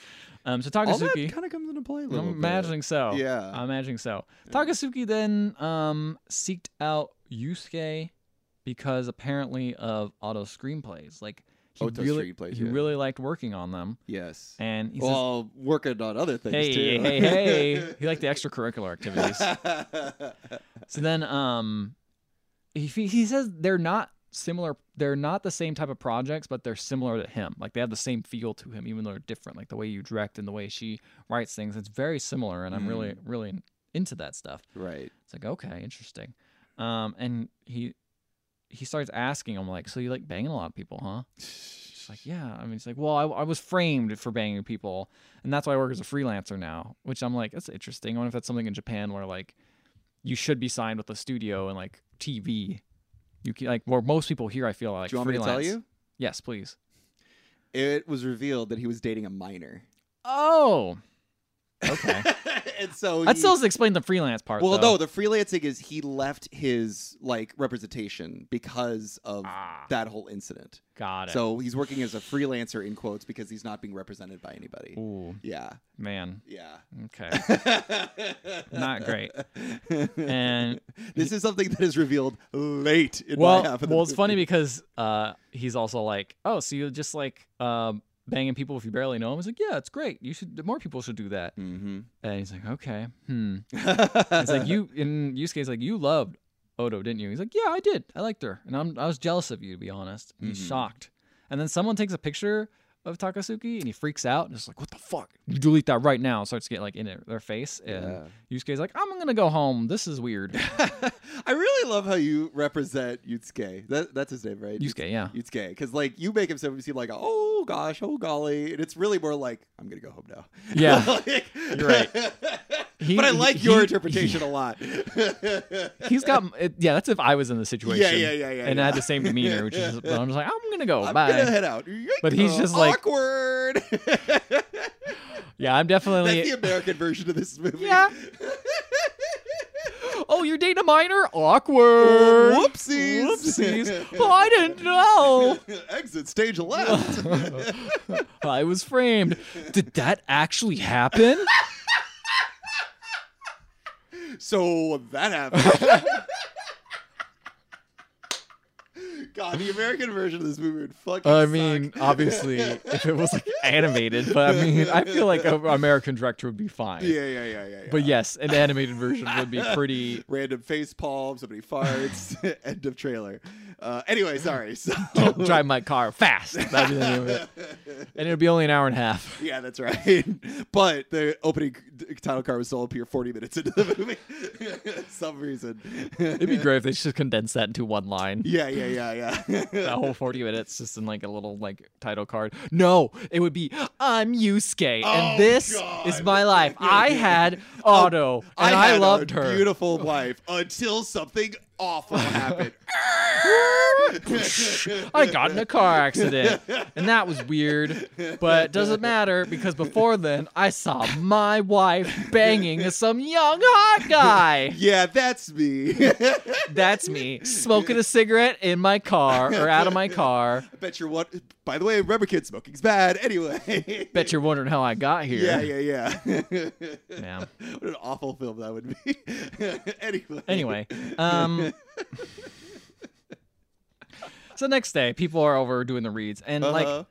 S1: Um, so
S2: All that
S1: Takasugi,
S2: kind of comes into play. A
S1: I'm
S2: little bit.
S1: imagining Um, so.
S2: Yeah.
S1: I'm imagining so.
S2: Yeah.
S1: Takasugi then um seeked out Yusuke because apparently of auto screenplays. Like he
S2: Auto
S1: really,
S2: screenplays,
S1: he
S2: yeah.
S1: really liked working on them,
S2: yes.
S1: and he says,
S2: Well, working on other things
S1: hey,
S2: too.
S1: hey, hey,
S2: [laughs]
S1: hey. [laughs] He liked the extracurricular activities. [laughs] so then, um, he he says they're not similar. They're not the same type of projects, but they're similar to him. Like they have the same feel to him, even though they're different. Like the way you direct and the way she writes things, it's very similar. And I'm really, really into that stuff.
S2: right.
S1: It's like okay, interesting. Um, and he he starts asking him like, so you like banging a lot of people, huh? She's like, yeah. I mean, it's like, well, I, I was framed for banging people, and that's why I work as a freelancer now. Which I'm like, that's interesting. I wonder if that's something in Japan where like you should be signed with a studio and like TV. You can, like where most people here, I feel like.
S2: Do you want me to tell
S1: freelance.
S2: you?
S1: Yes, please.
S2: It was revealed that he was dating a minor.
S1: oh,
S2: [laughs]
S1: okay.
S2: and so
S1: that
S2: he-
S1: still doesn't explain the freelance part.
S2: well,
S1: though.
S2: no, the freelancing is he left his like representation because of
S1: ah,
S2: that whole incident.
S1: got it.
S2: So he's working as a freelancer in quotes because he's not being represented by anybody.
S1: ooh,
S2: Yeah,
S1: man.
S2: yeah.
S1: Okay, [laughs] not great. And
S2: [laughs] this is something that is revealed late. In
S1: well,
S2: my half of the
S1: well, it's funny
S2: movie.
S1: because uh, he's also like, oh, so you're just like um, banging people if you barely know them. He's like, yeah, it's great. You should more people should do that.
S2: Mm-hmm.
S1: And he's like, okay, hmm.
S2: Mhm.
S1: It's
S2: [laughs]
S1: like you in use case like you loved Odo, didn't you? He's like, yeah, I did. I liked her, and I'm I was jealous of you to be honest. And He's
S2: Mhm.
S1: shocked, and then someone takes a picture of Takasuki, and he freaks out, and it's like, what the fuck? You delete that right now. And starts getting like in their- their face, and
S2: Yeah.
S1: Yusuke's like, I'm gonna go home. This is weird.
S2: [laughs] I really love how you represent Yutsuke. That, that's his name, right?
S1: Yusuke, yeah,
S2: Yutsuke. Because, like, you make him seem seem like, oh gosh, oh golly. And it's really more like, I'm going to go home now. [laughs]
S1: yeah.
S2: Like-
S1: You're right.
S2: [laughs]
S1: He-
S2: but I
S1: he-
S2: like your
S1: he-
S2: interpretation a
S1: [laughs]
S2: lot.
S1: He's got
S2: [laughs]
S1: it, yeah. That's if I was in the situation.
S2: yeah, yeah, yeah,
S1: And I had
S2: yeah.
S1: the
S2: [laughs]
S1: same demeanor, which is. But I'm just like, I'm gonna go.
S2: I'm
S1: Bye.
S2: gonna head out.
S1: But he's just like-
S2: awkward. [laughs]
S1: Yeah, I'm definitely.
S2: That's the American version of this movie.
S1: Yeah. Oh, you're dating a minor? Awkward.
S2: [laughs] Whoopsies. [laughs]
S1: Whoopsies. Oh, I didn't know.
S2: Exit
S1: [laughs]
S2: stage left.
S1: I was framed. Did that actually happen?
S2: so
S1: [laughs]
S2: that happened. God, the American version of this movie would fucking.
S1: I
S2: suck. [laughs]
S1: mean, obviously, if it was like animated, but I mean, I feel like an American director would be fine.
S2: Yeah, yeah, yeah, yeah. yeah.
S1: But yes, an animated version would be pretty.
S2: [laughs] Random face palm,
S1: [laughs]
S2: somebody farts. [laughs] end of trailer. Uh, anyway, sorry. So
S1: Drive my car fast. That'd be the name of it. And it'd be only an hour and a half.
S2: [laughs] Yeah, that's right. [laughs] But the opening c- title card was still up here 40 minutes into the movie. [laughs] Some reason.
S1: It'd be great if they just condensed that into one line.
S2: yeah, yeah, yeah, yeah.
S1: that whole 40 minutes just in like a little like title card. No, it would be I'm Yusuke
S2: Oh,
S1: and this
S2: God. Oh,
S1: is my life. I had Otto and I,
S2: had a
S1: loved her.
S2: Beautiful wife until something awful happened.
S1: [laughs] I got in a car
S2: [laughs]
S1: accident and that was weird, but it doesn't matter because before then I saw my wife banging some young hot guy.
S2: yeah, that's me. I
S1: That's me smoking a cigarette in my car or out of my car.
S2: [laughs] bet you're what. By the way, remember, kids, smoking's bad. Anyway.
S1: Bet you're wondering how I got here.
S2: [laughs] Yeah, yeah, yeah.
S1: Yeah.
S2: [laughs] what an awful film that would be. [laughs] anyway.
S1: anyway, um, [laughs] so next day, people are over doing the reads, and
S2: Uh-huh.
S1: like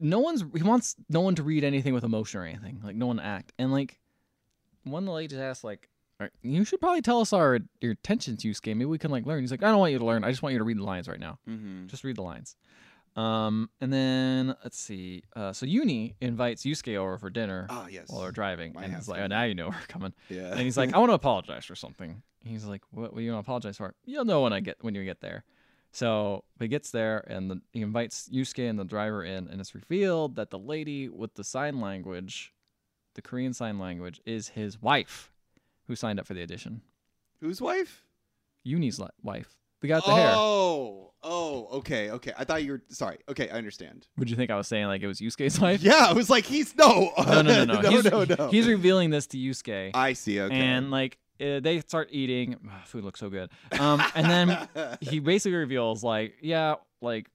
S1: no one's he wants no one to read anything with emotion or anything, like no one to act, and like one of the ladies asked like. "All right, You should probably tell us our your attention use game. Maybe we can like learn. He's like, I don't want you to learn. I just want you to read the lines right now.
S2: Mm.
S1: Just read the lines. Um, and then let's see. Uh, so Uni invites Yusuke over for dinner
S2: Ah, yes.
S1: while they're driving,
S2: My
S1: and he's like,
S2: husband.
S1: oh, now you know we're coming.
S2: yeah.
S1: And he's like, I want to apologize for something. He's like, What, what do you want to apologize for? You'll know when I get when you get there. So he gets there and the, he invites Yusuke and the driver in, and it's revealed that the lady with the sign language, the Korean sign language, is his wife, who signed up for the audition.
S2: Whose wife?
S1: Uni's li- wife. The guy with the hair.
S2: oh, oh, okay, okay. I thought you were sorry. Okay, I understand.
S1: Would you think I was saying like it was
S2: [laughs]
S1: Yusuke's wife?
S2: Yeah, I was like, he's no,
S1: No, no, no, no.
S2: [laughs] no,
S1: he's,
S2: no, no.
S1: He's revealing this to Yusuke,
S2: I see. Okay, [laughs]
S1: and like uh, they start eating. food looks so good. Um, and then
S2: [laughs]
S1: he basically reveals like yeah like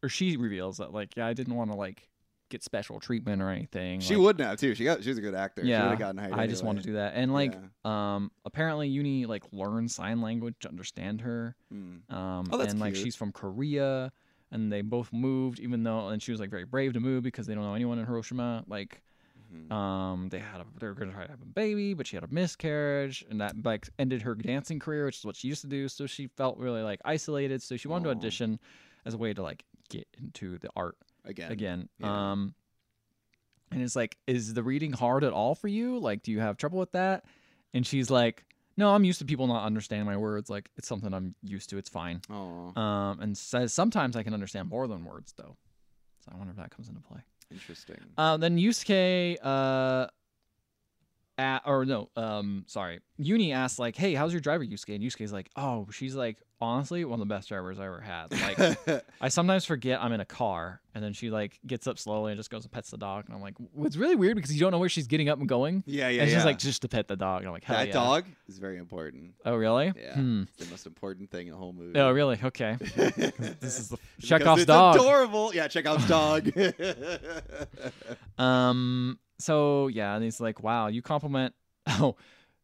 S1: or she reveals that like yeah i didn't want to like get special treatment or anything
S2: she
S1: like,
S2: wouldn't have too. She got. She was a good actor. she
S1: Yeah,
S2: would have gotten hired.
S1: i just want to do that and like um apparently uni like learned sign language to understand her um
S2: Oh, that's
S1: and like
S2: cute.
S1: she's from korea and they both moved even though and she was like very brave to move because they don't know anyone in hiroshima like
S2: Mm-hmm.
S1: um they had a they were gonna try to have a baby but she had a miscarriage and that like ended her dancing career which is what she used to do so she felt really like isolated so she wanted
S2: Aw.
S1: to audition as a way to like get into the art
S2: again.
S1: again
S2: yeah.
S1: um and it's like is the reading hard at all for you like do you have trouble with that and she's like no i'm used to people not understanding my words like it's something i'm used to it's fine
S2: Oh,
S1: um and says sometimes i can understand more than words though so i wonder if that comes into play
S2: interesting.
S1: uh, then Yusuke uh, a- or no, um, sorry. Uni asks like, "Hey, how's your driver, Yusuke?" And Yusuke's like, "Oh, she's like honestly one of the best drivers I ever
S2: [laughs]
S1: had. Like, I sometimes forget I'm in a car, and then she like gets up slowly and just goes and pets the dog, and I'm like, "W- it's really weird because you don't know where she's getting up and going,
S2: yeah, yeah.
S1: and she's
S2: yeah.
S1: like just to pet the dog, and I'm like, hell
S2: that
S1: yeah.
S2: dog is very important.
S1: Oh really?
S2: Yeah,
S1: Hmm.
S2: it's the most important thing in the whole movie.
S1: Oh
S2: [laughs]
S1: really? Okay. This is the
S2: Because
S1: Chekhov's
S2: it's
S1: dog.
S2: Adorable. Yeah,
S1: [laughs]
S2: Chekhov's dog. [laughs]
S1: Um. So yeah, and he's like, "Wow, you compliment." [laughs] Oh,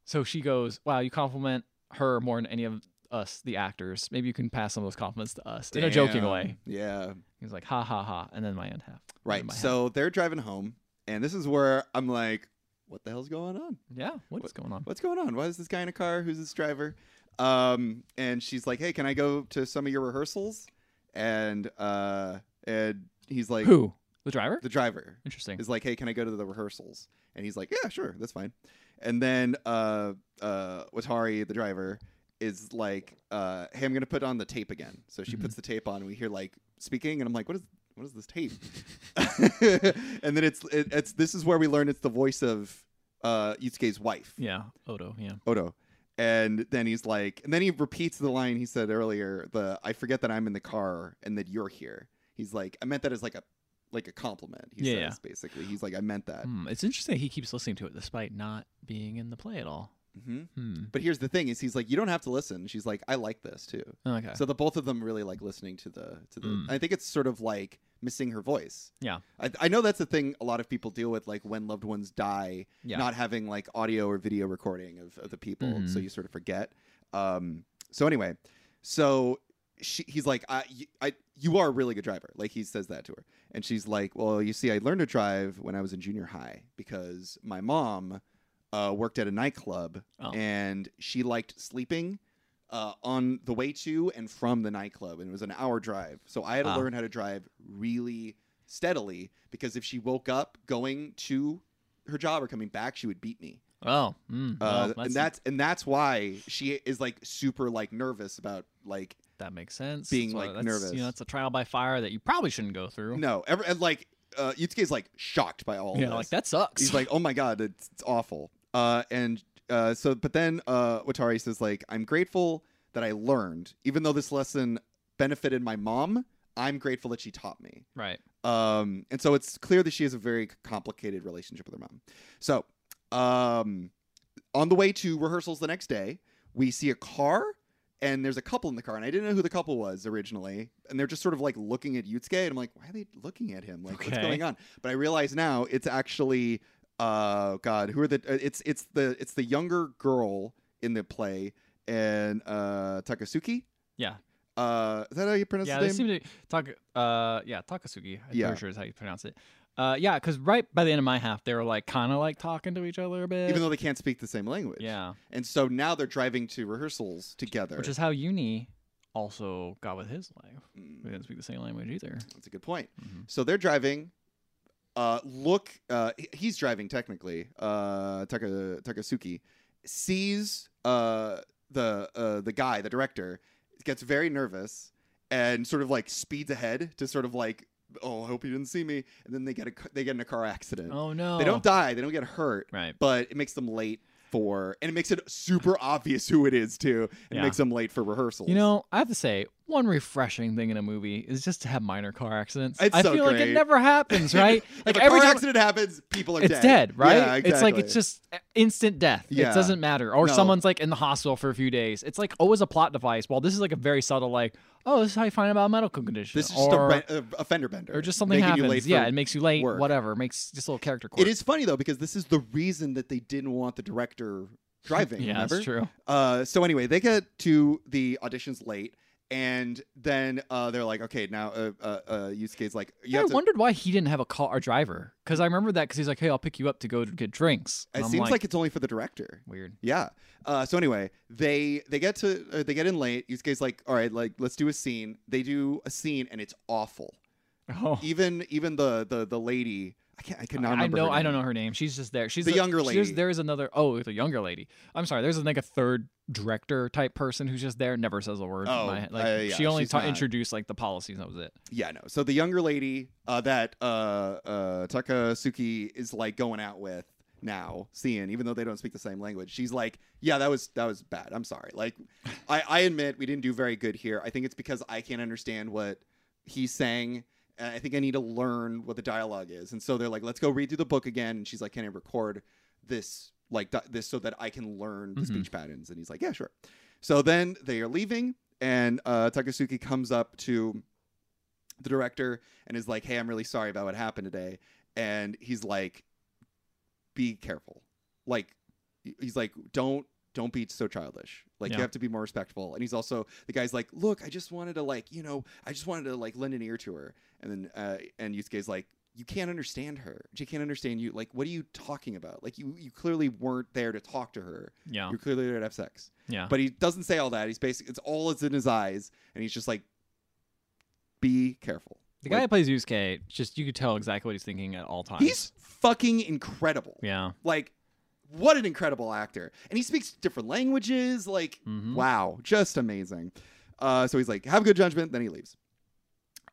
S1: so she goes, "Wow, you compliment her more than any of us, the actors. Maybe you can pass some of those compliments to us in a joking
S2: Damn.
S1: way."
S2: Yeah.
S1: He's like, "Ha ha ha," and then my end half. And then
S2: Right.
S1: my half.
S2: So they're driving home, and this is where I'm like, what the hell's going on?
S1: yeah, what is going on?
S2: What's going on? Why is this guy in a car? Who's this driver? Um, and she's like, hey, can I go to some of your rehearsals? And uh, and he's like,
S1: Who? The driver?
S2: The driver
S1: Interesting.
S2: is like, hey, can I go to the rehearsals? And he's like, yeah, sure, that's fine. And then uh, uh, Watari, the driver, is like, uh, hey, I'm gonna put on the tape again. So she
S1: Mhm.
S2: puts the tape on, and we hear like speaking, and I'm like, what is what is this tape? [laughs] and then it's it, it's this is where we learn it's the voice of uh, Yusuke's wife,
S1: yeah, Odo. Yeah.
S2: Odo. And then he's like, and then he repeats the line he said earlier: the I forget that I'm in the car and that you're here. He's like, I meant that as like a like a compliment. He
S1: Yeah,
S2: says basically, he's like, I meant that.
S1: Hmm, it's interesting. He keeps listening to it despite not being in the play at all.
S2: hmm
S1: Hmm.
S2: But here's the thing: is he's like, you don't have to listen. She's like, I like this too.
S1: Okay.
S2: So the both of them really like listening to the to the.
S1: Mm.
S2: I think it's sort of like missing her voice.
S1: Yeah.
S2: I, I know that's a thing a lot of people deal with, like when loved ones die,
S1: yeah.
S2: not having like audio or video recording of, of the people, so
S1: Mhm.
S2: you sort of forget. Um. So anyway, so she, he's like, I, y- I, you are a really good driver. Like he says that to her, and she's like, well, you see, I learned to drive when I was in junior high because my mom. Uh, worked at a nightclub
S1: Oh.
S2: and she liked sleeping uh, on the way to and from the nightclub, and it was an hour drive. So I had to
S1: Ah.
S2: learn how to drive really steadily because if she woke up going to her job or coming back, she would beat me.
S1: oh. Mm, well,
S2: Uh,
S1: that's-
S2: and that's and that's why she is like super like nervous about like
S1: that makes sense.
S2: being,
S1: That's why- that's,
S2: like,
S1: You
S2: nervous.
S1: know, that's a trial by fire that you probably shouldn't go through.
S2: no ever and like uh, Yutsuke's like shocked by all.
S1: yeah,
S2: this.
S1: like that sucks.
S2: He's like, oh my god, it's, it's awful. Uh, and uh, so, but then uh, Watari says, like, I'm grateful that I learned, even though this lesson benefited my mom. I'm grateful that she taught me.
S1: right.
S2: Um, and so it's clear that she has a very complicated relationship with her mom. So, um, on the way to rehearsals the next day, we see a car and there's a couple in the car. And I didn't know who the couple was originally. And they're just sort of like looking at Yutsuke. And I'm like, why are they looking at him? Like, what's
S1: Okay.
S2: going on? But I realize now it's actually, uh, God, who are the, uh, it's, it's the, it's the younger girl in the play and, uh, Takasuki.
S1: Yeah.
S2: Uh, is that how you pronounce
S1: yeah,
S2: his
S1: they
S2: name?
S1: seem to talk. Uh, yeah, Takasugi. I'm
S2: Yeah.
S1: pretty sure is how you pronounce it. Uh, yeah, because right by the end of my half, they were like kind of like talking to each other a bit.
S2: Even though they can't speak the same language.
S1: yeah,
S2: And so now they're driving to rehearsals together.
S1: which is how Uni also got with his life. We
S2: Mm,
S1: didn't speak the same language either.
S2: that's a good point.
S1: Mhm.
S2: So they're driving. Uh, look, uh, he- he's driving technically. Uh, Taka, Takasuki sees uh, the uh, the guy, the director, gets very nervous and sort of like speeds ahead to sort of like, oh, I hope you didn't see me. And then they get a ca- they get in a car accident.
S1: Oh no,
S2: They don't die. They don't get hurt.
S1: Right.
S2: but it makes them late for and it makes it super obvious who it is too and
S1: Yeah.
S2: it makes them late for rehearsals
S1: You know, I have to say, one refreshing thing in a movie is just to have minor car accidents.
S2: It's
S1: I
S2: so
S1: feel like
S2: great.
S1: it never happens,
S2: [laughs]
S1: right?
S2: like
S1: like
S2: if a
S1: every
S2: car
S1: time
S2: accident happens people are
S1: it's
S2: dead,
S1: dead, right?
S2: yeah, exactly.
S1: It's like it's just instant death.
S2: Yeah.
S1: It doesn't matter. Or
S2: No.
S1: someone's like in the hospital for a few days. It's like always a plot device. While this is like a very subtle, like, oh, this is how you find out about a medical condition.
S2: this is just a,
S1: or,
S2: re- a, a fender bender
S1: or just something
S2: making
S1: happens.
S2: you late
S1: yeah,
S2: for-
S1: it makes you late.
S2: work.
S1: Whatever. Makes just a little character. Quirk.
S2: it is funny though because this is the reason that they didn't want the director
S1: [laughs]
S2: driving
S1: Yeah,
S2: remember?
S1: that's true.
S2: Uh, so anyway, they get to the auditions late, and then uh, they're like, "Okay, now uh, uh, uh, Yusuke's like, you
S1: Yeah, I
S2: have to-
S1: wondered why he didn't have a car driver because I remember that because he's like, hey, I'll pick you up to go to get drinks.
S2: it
S1: And I'm
S2: seems
S1: like,
S2: like it's only for the director."
S1: weird. [laughs]
S2: Yeah. Uh, so anyway, they they get to uh, they get in late. Yusuke's like, all right, like let's do a scene. They do a scene and it's awful.
S1: Oh.
S2: Even even the the the lady, I can't I cannot
S1: I
S2: remember.
S1: know
S2: her
S1: I don't
S2: name.
S1: know her name. She's just there. She's
S2: The
S1: a-
S2: younger
S1: she's-
S2: lady.
S1: There is another. Oh, the younger lady. I'm sorry. There's like a third director type person who's just there, never says a word.
S2: Oh,
S1: My- like
S2: uh, yeah,
S1: she only
S2: she's
S1: ta-
S2: not-
S1: introduced like the policies. and That was it.
S2: Yeah, no. So the younger lady uh, that uh, uh, Takasuki is like going out with now seeing, even though they don't speak the same language. She's like, yeah, that was that was bad. I'm sorry. Like, I I admit we didn't do very good here. I think it's because I can't understand what he's saying. And I think I need to learn what the dialogue is. And so they're like, let's go read through the book again. And she's like, can I record this like di- this so that I can learn the
S1: Mhm.
S2: speech patterns? And he's like, yeah, sure. So then they are leaving, and uh, Takasuki comes up to the director and is like, "Hey, I'm really sorry about what happened today." And he's like, "Be careful." Like, he's like, "Don't." Don't be so childish. Like
S1: Yeah.
S2: you have to be more respectful. And he's also the guy's like, look, I just wanted to like, you know, I just wanted to like lend an ear to her. And then uh, and Yusuke's like, you can't understand her. She can't understand you. Like, what are you talking about? Like you you clearly weren't there to talk to her.
S1: Yeah.
S2: You're clearly there to have sex.
S1: Yeah.
S2: But he doesn't say all that. He's basically it's all that's in his eyes, and he's just like, "Be careful."
S1: The guy
S2: Like,
S1: that plays Yusuke, just you could tell exactly what he's thinking at all times.
S2: he's fucking incredible.
S1: yeah.
S2: Like, what an incredible actor! And he speaks different languages. Like,
S1: Mhm.
S2: wow, just amazing. Uh, so he's like, "Have good judgment." Then he leaves.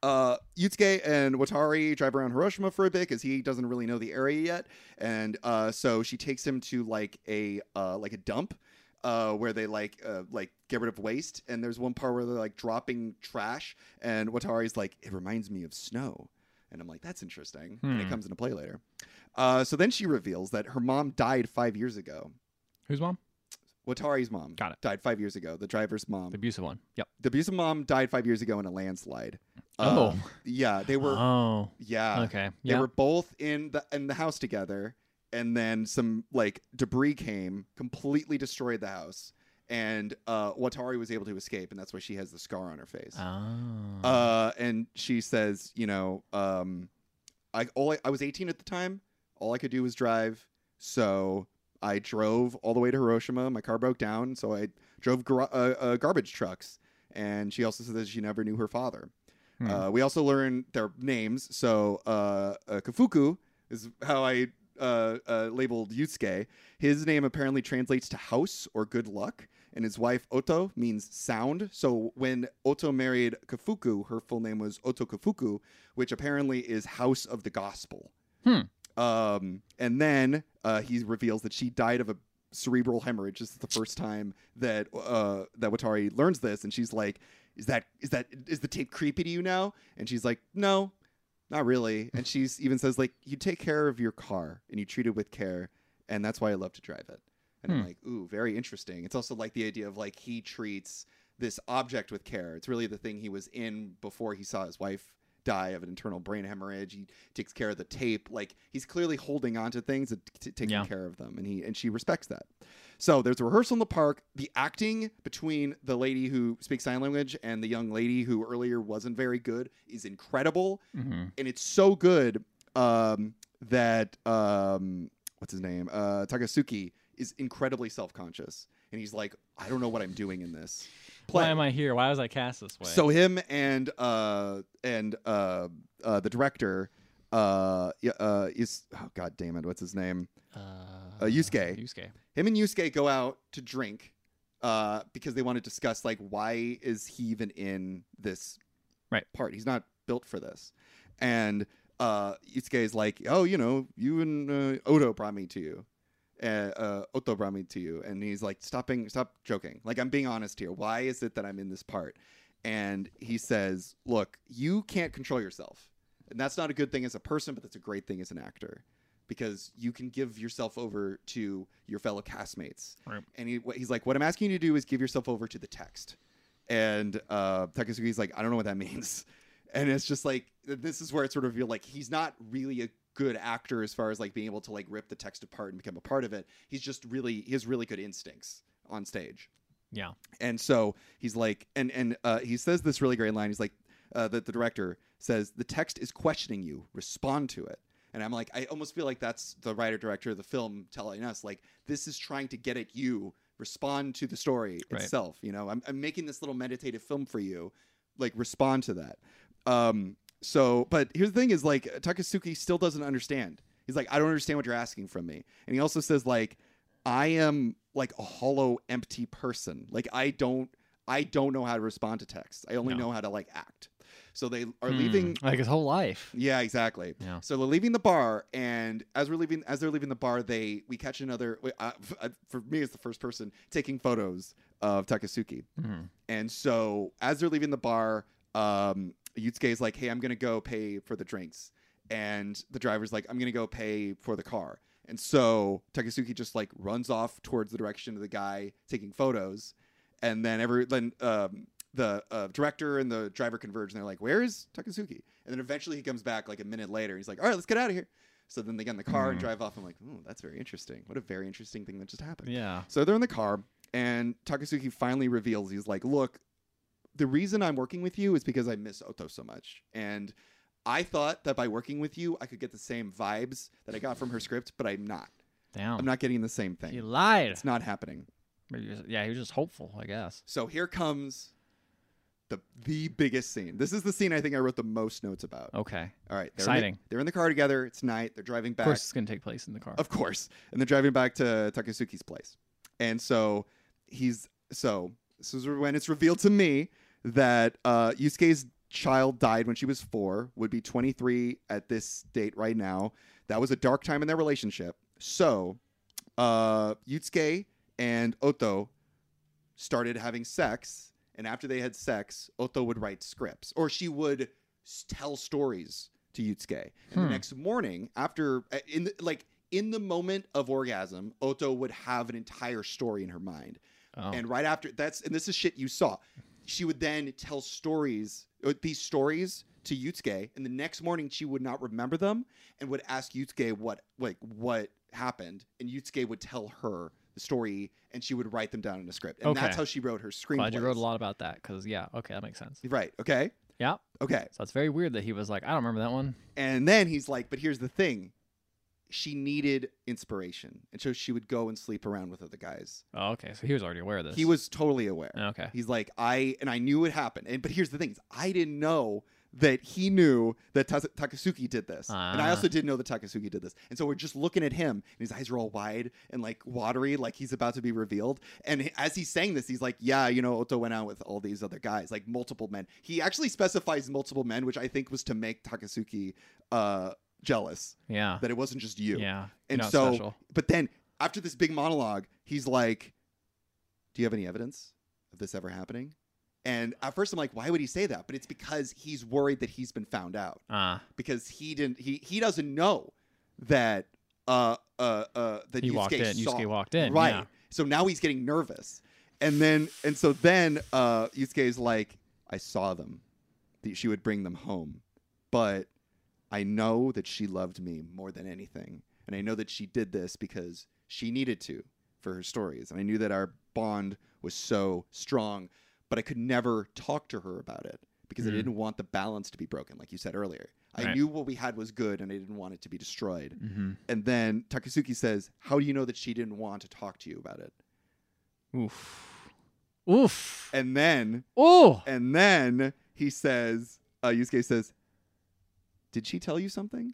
S2: Uh, Yutsuke and Watari drive around Hiroshima for a bit because he doesn't really know the area yet, and uh, so she takes him to like a uh, like a dump uh, where they like uh, like get rid of waste. And there's one part where they're like dropping trash, and Watari's like, "It reminds me of snow," and I'm like, "That's interesting," and it
S1: Hmm.
S2: comes into play later. Uh, so then she reveals that her mom died five years ago.
S1: Who's mom?
S2: Watari's mom
S1: Got it.
S2: died five years ago. The driver's mom
S1: The abusive one. Yep.
S2: the abusive mom died five years ago in a landslide. Uh,
S1: oh.
S2: yeah, they were.
S1: oh.
S2: yeah,
S1: Okay.
S2: they
S1: Yeah.
S2: were both in the in the house together, and then some like debris came, completely destroyed the house, and uh, Watari was able to escape, and that's why she has the scar on her face.
S1: oh.
S2: Uh, and she says, you know, um, I all I, I was 18 at the time. All I could do was drive, so I drove all the way to Hiroshima. My car broke down, so I drove gar- uh, uh, garbage trucks. And she also said that she never knew her father.
S1: Hmm.
S2: Uh, we also learn their names. So uh, uh, Kafuku is how I uh, uh, labeled Yusuke. His name apparently translates to house or good luck, and his wife Oto means sound. So when Oto married Kafuku, her full name was Oto Kafuku, which apparently is house of the gospel.
S1: Hmm.
S2: Um, and then uh, he reveals that she died of a cerebral hemorrhage. This is the first time that uh, that Watari learns this, and she's like, "Is that is that is the tape creepy to you now?" And she's like, "No,
S1: [laughs]
S2: not really." And she's even says like, "You take care of your car and you treat it with care, and that's why I love to drive it." And I'm
S1: Hmm.
S2: like, "Ooh, very interesting." It's also like the idea of like he treats this object with care. It's really the thing he was in before he saw his wife die of an internal brain hemorrhage. He takes care of the tape. Like he's clearly holding on to things and t- taking
S1: Yeah.
S2: care of them, and he and she respects that. So there's a rehearsal in the park. The acting between the lady who speaks sign language and the young lady who earlier wasn't very good is incredible,
S1: Mhm.
S2: and it's so good um, that um, what's his name uh, Takasuki is incredibly self conscious, and he's like, I don't know what I'm doing in this.
S1: Why am I here? Why was I cast this way?
S2: So him and uh and uh, uh the director uh y- uh is oh god damn it what's his name
S1: uh,
S2: Yusuke.
S1: Yusuke.
S2: him and Yusuke go out to drink uh because they want to discuss like why is he even in this
S1: Right.
S2: part he's not built for this and uh Yusuke is like oh you know you and uh, Odo brought me to you uh, uh Oto brought me to you and he's like stopping stop joking like I'm being honest here why is it that I'm in this part and he says, "Look, you can't control yourself, and that's not a good thing as a person, but that's a great thing as an actor, because you can give yourself over to your fellow castmates."
S1: Right.
S2: And he, what- he's like, "What I'm asking you to do is give yourself over to the text." And uh, Takasugi's like, "I don't know what that [laughs] means," and it's just like this is where it's sort of revealed like he's not really a good actor as far as like being able to like rip the text apart and become a part of it. He's just really he has really good instincts on stage.
S1: Yeah.
S2: And so he's like, and and uh, he says this really great line. He's like, uh, that the director says the text is questioning you. Respond to it. And I'm like, I almost feel like that's the writer director of the film telling us like this is trying to get at you. Respond to the story
S1: Right.
S2: itself. You know, I'm, I'm making this little meditative film for you. Like respond to that. Um, so, but here's the thing: is like Takasuki still doesn't understand. He's like, I don't understand what you're asking from me. And he also says like, I am like a hollow, empty person. Like I don't, I don't know how to respond to text. I only
S1: No. Hmm.
S2: know how to like act. So they are leaving.
S1: like his whole life.
S2: Yeah, exactly.
S1: Yeah.
S2: So they're leaving the bar, and as we're leaving, as they're leaving the bar, they we catch another. we- I- f- I- for me, it's the first person taking photos of Takasuki,
S1: Mhm.
S2: and so as they're leaving the bar, um, Yutsuke is like, "Hey, I'm gonna go pay for the drinks," and the driver's like, "I'm gonna go pay for the car." And so Takasuki just like runs off towards the direction of the guy taking photos, and then every then um, the uh, director and the driver converge, and they're like, "Where is Takasuki?" And then eventually he comes back like a minute later. And he's like, "All right, let's get out of here." So then they get in the car and
S1: Mhm.
S2: drive off. I'm like, "Ooh, that's very interesting. What a very interesting thing that just happened."
S1: Yeah.
S2: So they're in the car, and Takasuki finally reveals he's like, Look, the reason I'm working with you is because I miss Oto so much. And I thought that by working with you, I could get the same vibes that I got from her script, but I'm not.
S1: Damn.
S2: I'm not getting the same
S1: he
S2: thing.
S1: lied.
S2: It's not happening.
S1: Maybe he was- yeah, he was just hopeful, I guess.
S2: So here comes the the biggest scene. This is the scene I think I wrote the most notes about.
S1: Okay.
S2: All right. They're In
S1: Oh, Exciting.
S2: the, they're in the car together. It's night. They're driving
S1: Of
S2: back.
S1: course, it's gonna take place in the car.
S2: Of course. And they're driving back to Takasuki's place. And so he's so this is when it's revealed to me that uh Yusuke's child died when she was four, would be 23 at this date right now. That was a dark time in their relationship. So uh Yutsuke and Oto started having sex, and after they had sex, Oto would write scripts, or she would s- tell stories to Yutsuke. And the
S1: Hmm.
S2: next morning, after uh, in the, like in the moment of orgasm, Oto would have an entire story in her mind,
S1: Oh.
S2: and right after that's and this is shit you saw. She would then tell stories, uh, these stories to Yutsuke, and the next morning she would not remember them and would ask Yutsuke what like what happened, and Yutsuke would tell her the story, and she would write them down in a script, and
S1: Okay.
S2: that's how she wrote her screenplay.
S1: Glad you wrote a lot about that, because yeah, okay, that makes sense.
S2: Right. Okay.
S1: Yeah.
S2: Okay.
S1: So it's very weird that he was like, I don't remember that one.
S2: And then he's like, but here's the thing. She needed inspiration. And so she would go and sleep around with other guys.
S1: Oh, okay. So he was already aware of this.
S2: He was totally aware.
S1: Okay.
S2: He's like, I, and I knew it happened. And, but here's the thing is, I didn't know that he knew that Tas- Takasuki did this. And I
S1: Ah.
S2: also didn't know that Takasuki did this. And so we're just looking at him, and his eyes are all wide and like watery, like he's about to be revealed. And h- as he's saying this, he's like, Yeah, you know, Oto went out with all these other guys, like multiple men. He actually specifies multiple men, which I think was to make Takasuki uh, jealous
S1: Yeah.
S2: that it wasn't just you.
S1: Yeah.
S2: And
S1: Not
S2: so-
S1: special.
S2: But then after this big monologue, he's like, Do you have any evidence of this ever happening? And at first I'm like, why would he say that? But it's because he's worried that he's been found out
S1: Ah,
S2: because he didn't he he doesn't know that uh uh uh that
S1: he
S2: Yusuke
S1: walked in.
S2: saw.
S1: Yusuke walked in.
S2: right.
S1: Yeah.
S2: So now he's getting nervous. And then and so then uh Yusuke is like, I saw them. That she would bring them home. But I know that she loved me more than anything. And I know that she did this because she needed to for her stories. And I knew that our bond was so strong, but I could never talk to her about it because I
S1: Mm.
S2: didn't want the balance to be broken, like you said earlier. I
S1: Right.
S2: knew what we had was good and I didn't want it to be destroyed.
S1: Mm-hmm.
S2: And then Takasuki says, How do you know that she didn't want to talk to you about it?
S1: Oof. Oof.
S2: And then,
S1: Oh.
S2: and then he says, uh, Yusuke says, Did she tell you something?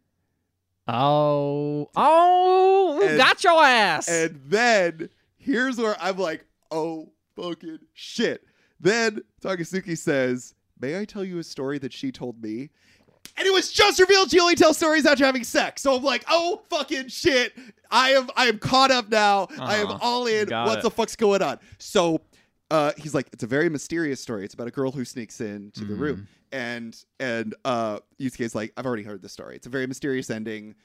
S1: Oh. Oh.
S2: And-
S1: got your ass.
S2: And then here's where I'm like, Oh fucking shit. Then Takasuki says, May I tell you a story that she told me? And it was just revealed she only tells stories after having sex. So I'm like, oh fucking shit. I am I am caught up now. I am
S1: Uh-huh.
S2: all in.
S1: Got
S2: what
S1: it.
S2: the fuck's going on? So uh, he's like, it's a very mysterious story. It's about a girl who sneaks into
S1: Mm-hmm.
S2: the room. And and uh Yusuke's like, I've already heard the story. It's a very mysterious ending.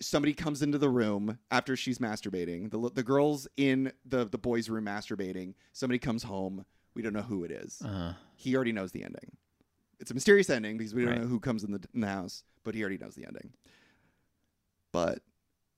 S2: Somebody comes into the room after she's masturbating. The, the girl's in the, the boys' room masturbating. Somebody comes home. We don't know who it is
S1: uh,
S2: he already knows the ending. It's a mysterious ending because we don't
S1: Right.
S2: know who comes in the, in the house, but he already knows the ending. But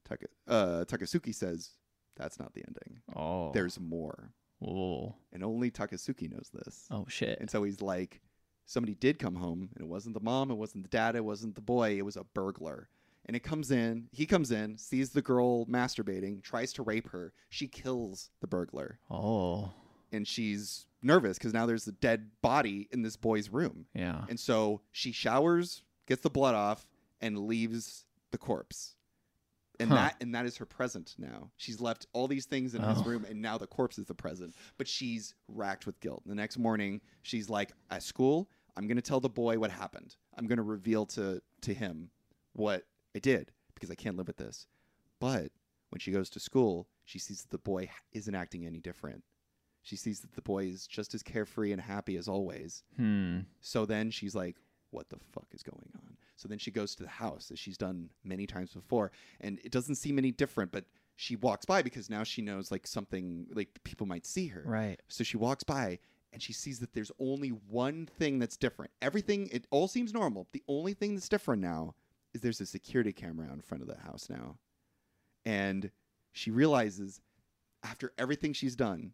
S2: Taka, uh, Takasuki says that's not the ending.
S1: oh.
S2: There's more,
S1: Oh.
S2: and only Takasuki knows this.
S1: Oh shit.
S2: And so he's like, somebody did come home, and it wasn't the mom, it wasn't the dad, it wasn't the boy, it was a burglar. And it comes in, he comes in, sees the girl masturbating, tries to rape her. She kills the burglar,
S1: Oh.
S2: and she's nervous because now there's a dead body in this boy's room.
S1: Yeah.
S2: And so she showers, gets the blood off, and leaves the corpse. And
S1: Huh.
S2: that and that is her present now. She's left all these things in this
S1: Oh.
S2: room, and now the corpse is the present. But she's racked with guilt. The next morning, she's like, at school, I'm gonna tell the boy what happened. I'm gonna reveal to to him what I did because I can't live with this. But when she goes to school, she sees that the boy isn't acting any different. She sees that the boy is just as carefree and happy as always.
S1: Hmm.
S2: So then she's like, what the fuck is going on? So then she goes to the house as she's done many times before, and it doesn't seem any different, but she walks by because now she knows like something, like people might see her.
S1: Right.
S2: So she walks by and she sees that there's only one thing that's different. Everything, it all seems normal. The only thing that's different now is there's a security camera in front of the house now. And she realizes after everything she's done,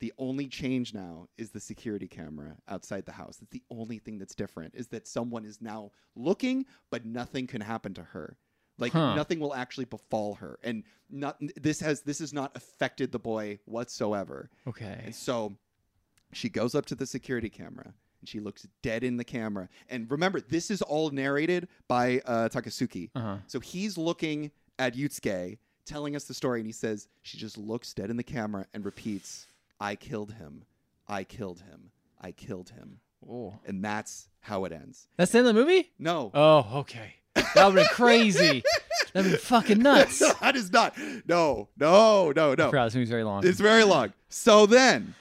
S2: the only change now is the security camera outside the house. That's the only thing that's different is that someone is now looking, but nothing can happen to her. Like
S1: Huh.
S2: nothing will actually befall her, and not this has this has not affected the boy whatsoever.
S1: Okay.
S2: And so she goes up to the security camera and she looks dead in the camera. And remember, this is all narrated by uh, Takasuki.
S1: Uh huh.
S2: So he's looking at Yutsuke, telling us the story, and he says, She just looks dead in the camera and repeats, I killed him. I killed him. I killed him.
S1: Oh.
S2: And that's how it ends.
S1: That's the end of the movie.
S2: No.
S1: Oh, okay. That would be [laughs] crazy. That'd be fucking [laughs] nuts.
S2: [laughs] that is not. No, no, no, no.
S1: I forgot this movie's very long.
S2: It's very long. So then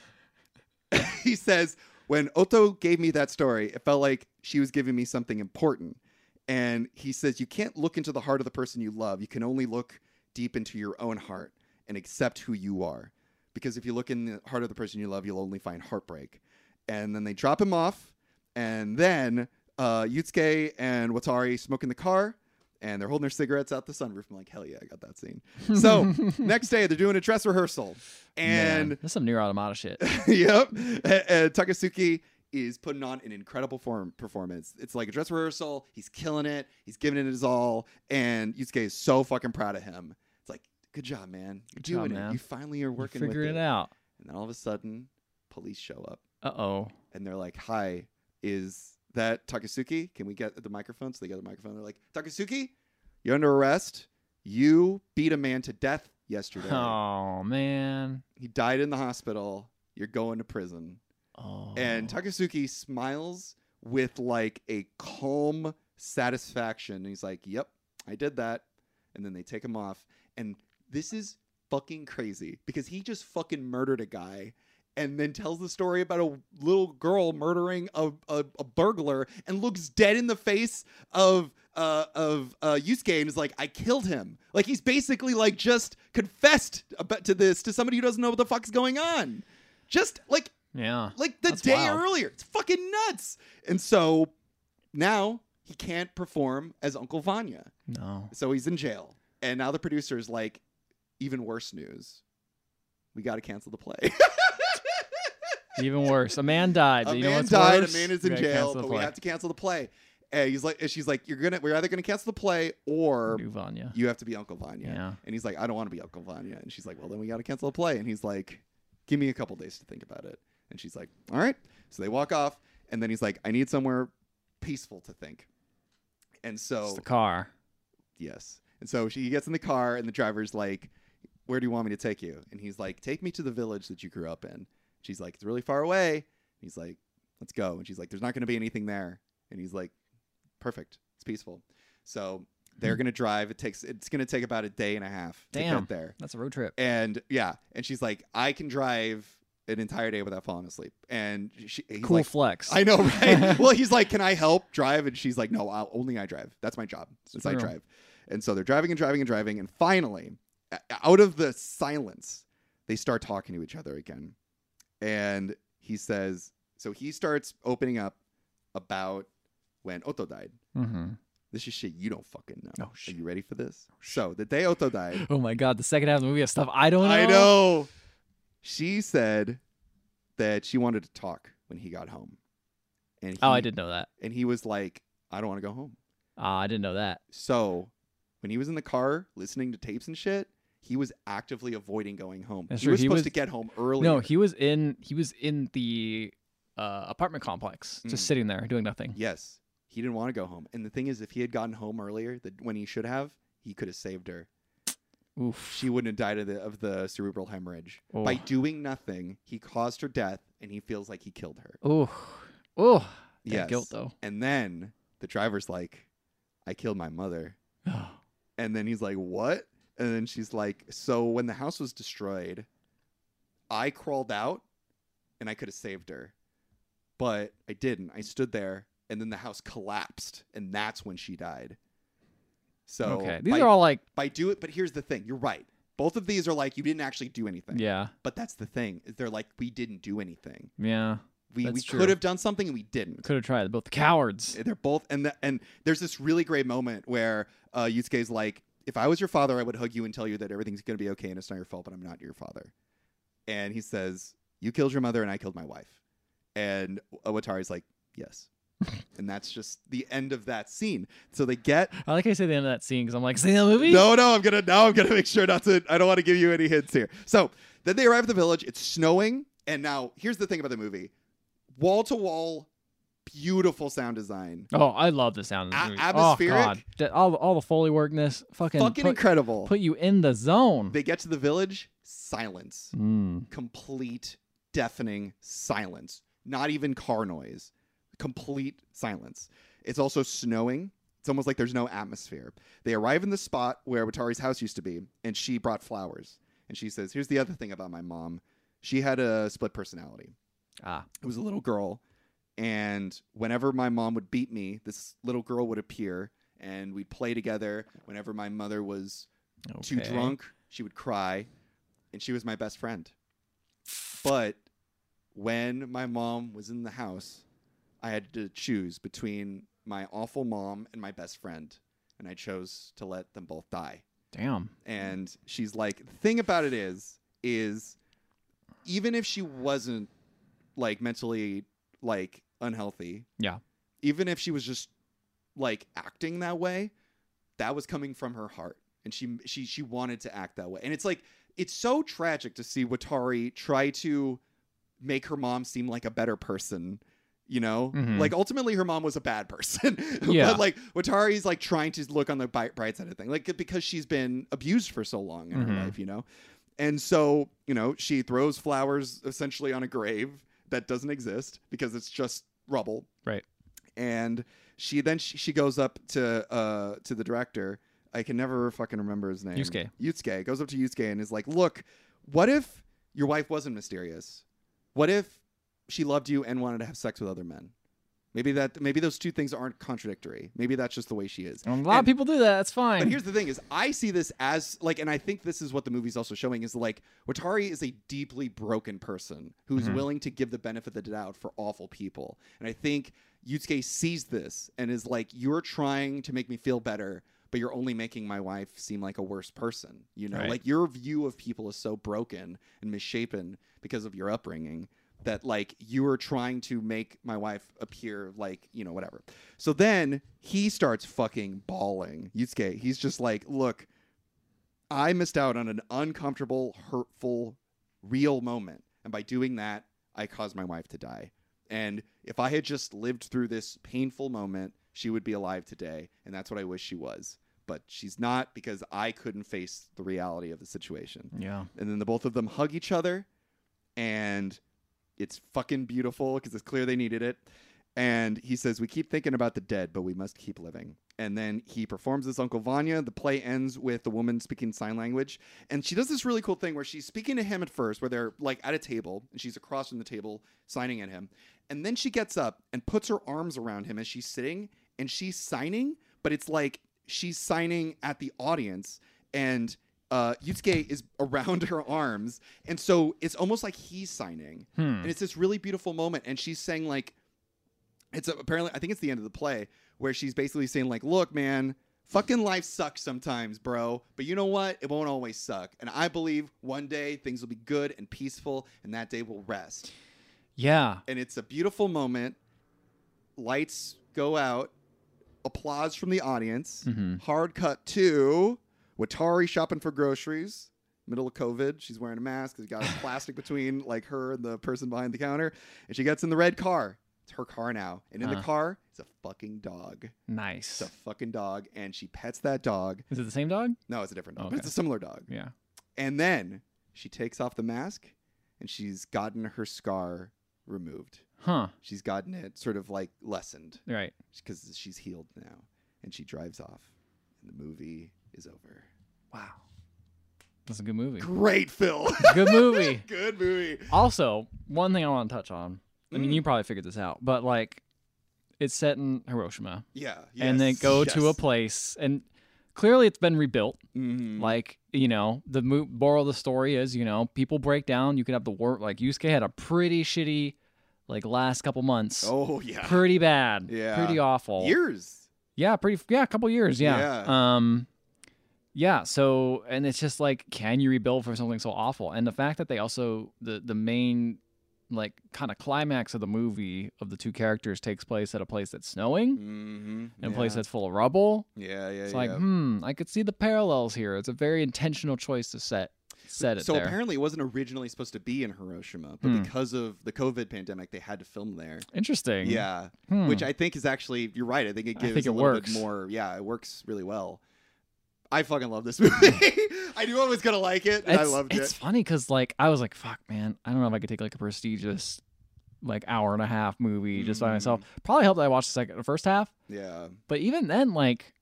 S2: [laughs] he says, when Otto gave me that story, it felt like she was giving me something important. And he says, you can't look into the heart of the person you love. You can only look deep into your own heart and accept who you are. Because if you look in the heart of the person you love, you'll only find heartbreak. And then they drop him off. And then uh, Yutsuke and Watari smoke in the car and they're holding their cigarettes out the sunroof. I'm like, hell yeah, I got that scene.
S1: [laughs]
S2: So [laughs] next day, they're doing a dress rehearsal.
S1: Man,
S2: And
S1: that's some near automata
S2: [laughs]
S1: shit.
S2: yep. And, and Takasuki is putting on an incredible form performance. It's like a dress rehearsal. He's killing it. He's giving it his all. And Yusuke is so fucking proud of him. It's like, good job, man. You're
S1: Good job,
S2: doing it.
S1: man.
S2: You finally are working with
S1: Figuring it out.
S2: And then all of a sudden, police show up
S1: Uh oh.
S2: and they're like, "Hi, is that Takasuki? Can we get the microphone?" So they get the microphone. They're like, "Takasuki, you're under arrest. You beat a man to death yesterday.
S1: Oh man.
S2: He died in the hospital. You're going to prison."
S1: Oh.
S2: And Takasuki smiles with like a calm satisfaction. And he's like, "Yep, I did that." And then they take him off. And this is fucking crazy because he just fucking murdered a guy and then tells the story about a little girl murdering a, a, a burglar and looks dead in the face of uh, of uh, Yusuke and is like, I killed him. Like he's basically like just confessed about to this to somebody who doesn't know what the fuck's going on. Just like
S1: yeah.
S2: like the
S1: That's
S2: day
S1: wild.
S2: earlier. It's fucking nuts. And so now he can't perform as Uncle Vanya.
S1: No.
S2: So he's in jail. And now the producer is like, even worse news. We got to cancel
S1: [laughs]
S2: the play.
S1: Even worse. A man died.
S2: a
S1: but you know
S2: man
S1: what's
S2: died.
S1: worse?
S2: A man is
S1: We
S2: in
S1: gotta
S2: jail,
S1: cancel the
S2: but we
S1: play.
S2: have to cancel the play. And he's like, and she's like, you're gonna, we're either gonna cancel the play or
S1: Do Vanya.
S2: you have to be Uncle Vanya.
S1: Yeah.
S2: And he's like, I don't want to be Uncle Vanya. And she's like, Well, then we got to cancel the play. And he's like, Give me a couple days to think about it. And she's like, All right. So they walk off, and then he's like, I need somewhere peaceful to think. And
S1: It's
S2: so
S1: the car.
S2: yes, and so she gets in the car, and the driver's like, Where do you want me to take you? And he's like, Take me to the village that you grew up in. She's like, It's really far away. And he's like, Let's go. And she's like, There's not going to be anything there. And he's like, Perfect. It's peaceful. So they're going to drive. It takes. It's going to take about a day and a half to
S1: Damn.
S2: get there.
S1: That's a road trip.
S2: And yeah, and she's like, I can drive an entire day without falling asleep. And she, he's
S1: cool
S2: like,
S1: flex.
S2: I
S1: [laughs]
S2: know, right? well, he's like, "Can I help drive?" And she's like, "No, I'll, only I drive. That's my job. Since I
S1: True.
S2: drive." And so they're driving and driving and driving, and finally, o- out of the silence, they start talking to each other again. And he says, "So he starts opening up about when Otto died.
S1: mm-hmm.
S2: This is shit you don't fucking know.
S1: Oh,
S2: Are
S1: shit.
S2: you ready for this? So the day Otto died,
S1: Oh my god. The second half of the movie has stuff I don't know.
S2: I know. She said that she wanted to talk when he got home. And he,
S1: Oh, I didn't know that.
S2: And he was like, I don't want to go home.
S1: Ah, I didn't know that.
S2: So when he was in the car listening to tapes and shit, he was actively avoiding going home.
S1: That's
S2: he
S1: true.
S2: was
S1: He
S2: supposed
S1: was-
S2: to get home early.
S1: No, he was in he was in the uh, apartment complex, just
S2: Mm.
S1: sitting there doing nothing.
S2: Yes. He didn't want to go home. And the thing is, if he had gotten home earlier than when he should have, he could have saved her.
S1: Oof.
S2: She wouldn't have died of the, of the cerebral hemorrhage.
S1: Oh.
S2: By doing nothing, he caused her death, and he feels like he killed her.
S1: Oh, oh, that
S2: Yes.
S1: guilt though.
S2: And then the driver's like, I killed my mother. And then he's like, What? And then she's like, So when the house was destroyed, I crawled out and I could have saved her, but I didn't. I stood there and then the house collapsed. And that's when she died. So
S1: [gasps] okay, these
S2: by,
S1: are all like
S2: by do it, but here's the thing you're right. Both of these are like, You didn't actually do anything.
S1: yeah,
S2: But that's the thing. is They're like, We didn't do anything.
S1: yeah.
S2: We, we
S1: That's true.
S2: could have done something and we didn't.
S1: Could have tried both the cowards.
S2: They're both, and the, and there's this really great moment where uh, Yusuke's like, "If I was your father, I would hug you and tell you that everything's going to be okay and it's not your fault, but I'm not your father." And he says, "You killed your mother, and I killed my wife." And Owatari's like,
S1: [laughs]
S2: "Yes," and that's just the end of that scene. So they get.
S1: I like how you say the end of that scene because I'm like, see that movie?
S2: No, no, I'm gonna now. I'm gonna make sure not to. I don't want to give you any hints here. So then they arrive at the village. It's snowing, and now here's the thing about the movie: wall to wall, beautiful sound design.
S1: Oh, I love the sound of this
S2: A-
S1: movie.
S2: atmospheric.
S1: Oh god, That- all all the foley workness, fucking,
S2: fucking
S1: put,
S2: incredible.
S1: put you in the zone.
S2: They get to the village, silence.
S1: Mm.
S2: Complete deafening silence. Not even car noise. Complete silence. It's also snowing. It's almost like there's no atmosphere. They arrive in the spot where Watari's house used to be, and she brought flowers. And she says, Here's the other thing about my mom. She had a split personality.
S1: Ah,
S2: It was a little girl, and whenever my mom would beat me, this little girl would appear, and we'd play together. Whenever my mother was too
S1: okay.
S2: drunk, she would cry, and she was my best friend. But when my mom was in the house, I had to choose between my awful mom and my best friend, and I chose to let them both die.
S1: Damn.
S2: And she's like, the thing about it is, is even if she wasn't like mentally like unhealthy,
S1: Yeah.
S2: even if she was just like acting that way, that was coming from her heart, and she she she wanted to act that way. And it's like it's so tragic to see Watari try to make her mom seem like a better person. You know,
S1: Mhm.
S2: like ultimately her mom was a bad [laughs] person.
S1: Yeah.
S2: but like Watari's like trying to look on the bi- bright side of thing, like because she's been abused for so long in her
S1: Mhm.
S2: life. You know, and so, you know, she throws flowers essentially on a grave that doesn't exist because it's just rubble.
S1: Right.
S2: And she then she, she goes up to uh to the director. I can never fucking remember his name.
S1: Yusuke.
S2: Yusuke goes up to Yusuke and is like, "Look, what if your wife wasn't mysterious? What if she loved you and wanted to have sex with other men? Maybe that maybe those two things aren't contradictory. Maybe that's just the way she is."
S1: And a lot
S2: And-
S1: of people do that. That's fine.
S2: But here's the thing: is I see this as like, and I think this is what the movie's also showing is like, Watari is a deeply broken person who's
S1: Mhm.
S2: willing to give the benefit of the doubt for awful people, and I think Yusuke sees this and is like, "You're trying to make me feel better." But you're only making my wife seem like a worse person. You know,
S1: Right.
S2: like your view of people is so broken and misshapen because of your upbringing that like you are trying to make my wife appear like you know whatever. So then he starts fucking bawling. Yusuke, he's just like, look, I missed out on an uncomfortable, hurtful, real moment, and by doing that, I caused my wife to die. And if I had just lived through this painful moment, she would be alive today, and that's what I wish she was. But she's not because I couldn't face the reality of the situation
S1: yeah.
S2: and then the both of them hug each other and it's fucking beautiful because it's clear they needed it and he says we keep thinking about the dead but we must keep living and then he performs this uncle vanya the play ends with the woman speaking sign language and she does this really cool thing where she's speaking to him at first where they're like at a table and she's across from the table signing at him and then she gets up and puts her arms around him as she's sitting and she's signing but it's like she's signing at the audience and uh, Yusuke is around [laughs] her arms, and so it's almost like he's signing,
S1: Hmm.
S2: and it's this really beautiful moment. And she's saying like, it's apparently I think it's the end of the play where she's basically saying like, look, man, fucking life sucks sometimes, bro, but you know what? It won't always suck, and I believe one day things will be good and peaceful, and that day will rest.
S1: Yeah.
S2: And it's a beautiful moment. Lights go out, applause from the audience.
S1: hmm
S2: Hard cut to Watari shopping for groceries. Middle of COVID, she's wearing a mask. There's got
S1: [laughs]
S2: plastic between like her and the person behind the counter, and she gets in the red car. It's her car now, and in the
S1: Huh.
S2: car is a fucking dog. It's
S1: Nice.
S2: a fucking dog, and she pets that dog.
S1: Is it the same dog?
S2: No, it's a different dog,
S1: Okay.
S2: but it's a similar dog.
S1: Yeah.
S2: And then she takes off the mask, and she's gotten her scar removed.
S1: Huh.
S2: She's gotten it sort of like lessened
S1: Right.
S2: because she's healed now, and she drives off, and the movie is over.
S1: Wow. That's a good movie.
S2: Great, Phil.
S1: Good movie.
S2: [laughs] Good movie.
S1: Also, one thing I want to touch on. I mean,
S2: Mm.
S1: you probably figured this out, but like, it's set in Hiroshima,
S2: Yeah.
S1: and they
S2: yes,
S1: go to a
S2: yes.
S1: place, and clearly it's been rebuilt.
S2: Mhm.
S1: Like, you know, the mo- moral of the story is, you know, people break down. You can have the war. Like, Yusuke had a pretty shitty, like, last couple months.
S2: Oh yeah.
S1: Pretty bad.
S2: Yeah.
S1: Pretty awful.
S2: Years.
S1: Yeah, pretty. Yeah, a couple years. Yeah. Um, yeah. So, and it's just like, can you rebuild from something so awful? And the fact that they also the the main like kind of climax of the movie of the two characters takes place at a place that's snowing
S2: Mm-hmm.
S1: and a place that's full of rubble.
S2: Yeah, yeah.
S1: It's
S2: yeah.
S1: like, hmm, I could see the parallels here. It's a very intentional choice to set set it
S2: so
S1: there.
S2: apparently it wasn't originally supposed to be in Hiroshima, but
S1: Hmm.
S2: because of the COVID pandemic, they had to film there.
S1: Interesting.
S2: Yeah,
S1: Hmm.
S2: which I think is actually you're right. I think it
S1: I
S2: gives
S1: think
S2: a
S1: it
S2: little
S1: works.
S2: bit more. Yeah, it works really well. I fucking love this [laughs] movie. I knew I was gonna like it. And I
S1: It's-
S2: loved
S1: It's
S2: it.
S1: funny because like I was like, fuck, man, I don't know if I could take like a prestigious, like hour and a half movie just by myself.
S2: Mm.
S1: Probably helped that I watched the second, the first half,
S2: Yeah,
S1: but even then, like,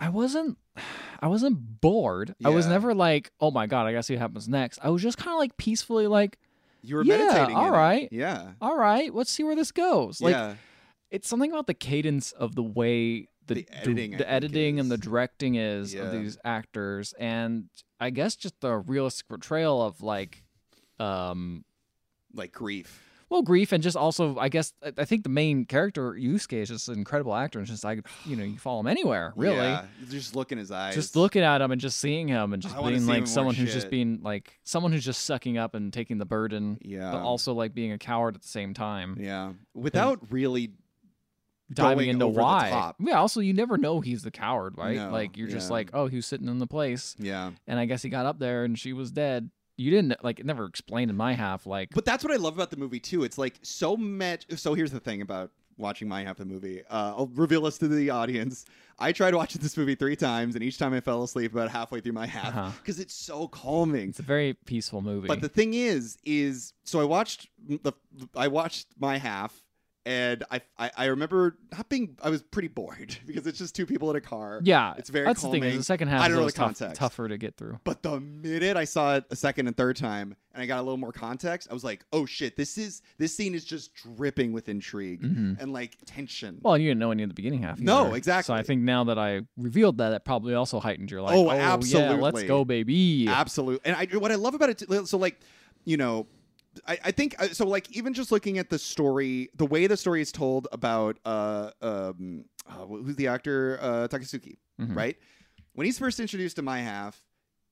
S1: I wasn't, I wasn't bored. I was
S2: Yeah.
S1: never like, oh my god, I gotta see what happens next. I was just kind of like peacefully like,
S2: you were
S1: Yeah,
S2: meditating. in
S1: all
S2: it.
S1: right.
S2: Yeah.
S1: all right, let's see where this goes. Like,
S2: yeah.
S1: it's something about the cadence of the way the,
S2: The editing, I
S1: the
S2: think,
S1: editing and the
S2: is-
S1: directing is
S2: Yeah.
S1: of these actors, and I guess just the realistic portrayal of like, um,
S2: Like grief.
S1: well, grief and just also, I guess, I- I think the main character Yusuke is just an incredible actor, and it's just I, you know, you follow him anywhere, really.
S2: Yeah. Just look in his eyes.
S1: Just looking at him and just seeing him and just
S2: I wanna
S1: being
S2: see
S1: like
S2: more
S1: someone who's just
S2: shit.
S1: being like someone who's just sucking up and taking the burden,
S2: Yeah.
S1: but also like being a coward at the same time.
S2: Yeah. Without really
S1: diving
S2: going
S1: into
S2: over the
S1: why.
S2: top.
S1: Yeah, also you never know he's the coward, right?
S2: No,
S1: like you're just
S2: yeah.
S1: like, oh, he was sitting in the place,
S2: Yeah.
S1: and I guess he got up there and she was dead. You didn't like it never explained in my half, like
S2: But that's what I love about the movie too. It's like so much. So here's the thing about watching my half the movie. Uh, I'll reveal this to the audience. I tried watching this movie three times, and each time I fell asleep about halfway through my
S1: Uh-huh.
S2: half because it's so calming.
S1: it's a very peaceful movie.
S2: But the thing is, is so I watched the I watched my half. And I, I, I remember not being I was pretty bored [laughs] because it's just two people in a car.
S1: yeah,
S2: it's very
S1: that's the thing. Is
S2: calming.
S1: the second half
S2: I
S1: is
S2: don't know
S1: always
S2: the
S1: tough,
S2: context.
S1: tougher to get through.
S2: But the minute I saw it a second and third time and I got a little more context, I was like, oh shit, this is this scene is just dripping with intrigue
S1: Mhm.
S2: and like tension.
S1: Well, you didn't know any of the beginning half.
S2: Mm-hmm. No,
S1: either. So I
S2: exactly.
S1: think now that I revealed that, that probably also heightened your like,
S2: Oh,
S1: yeah, let's
S2: absolutely.
S1: go, baby.
S2: Absolutely. And I what I love about it too- so like, you know, I, I think uh, so like even just looking at the story, the way the story is told about uh um uh, who's the actor uh Takasuki,
S1: Mhm.
S2: right? When he's first introduced to my half,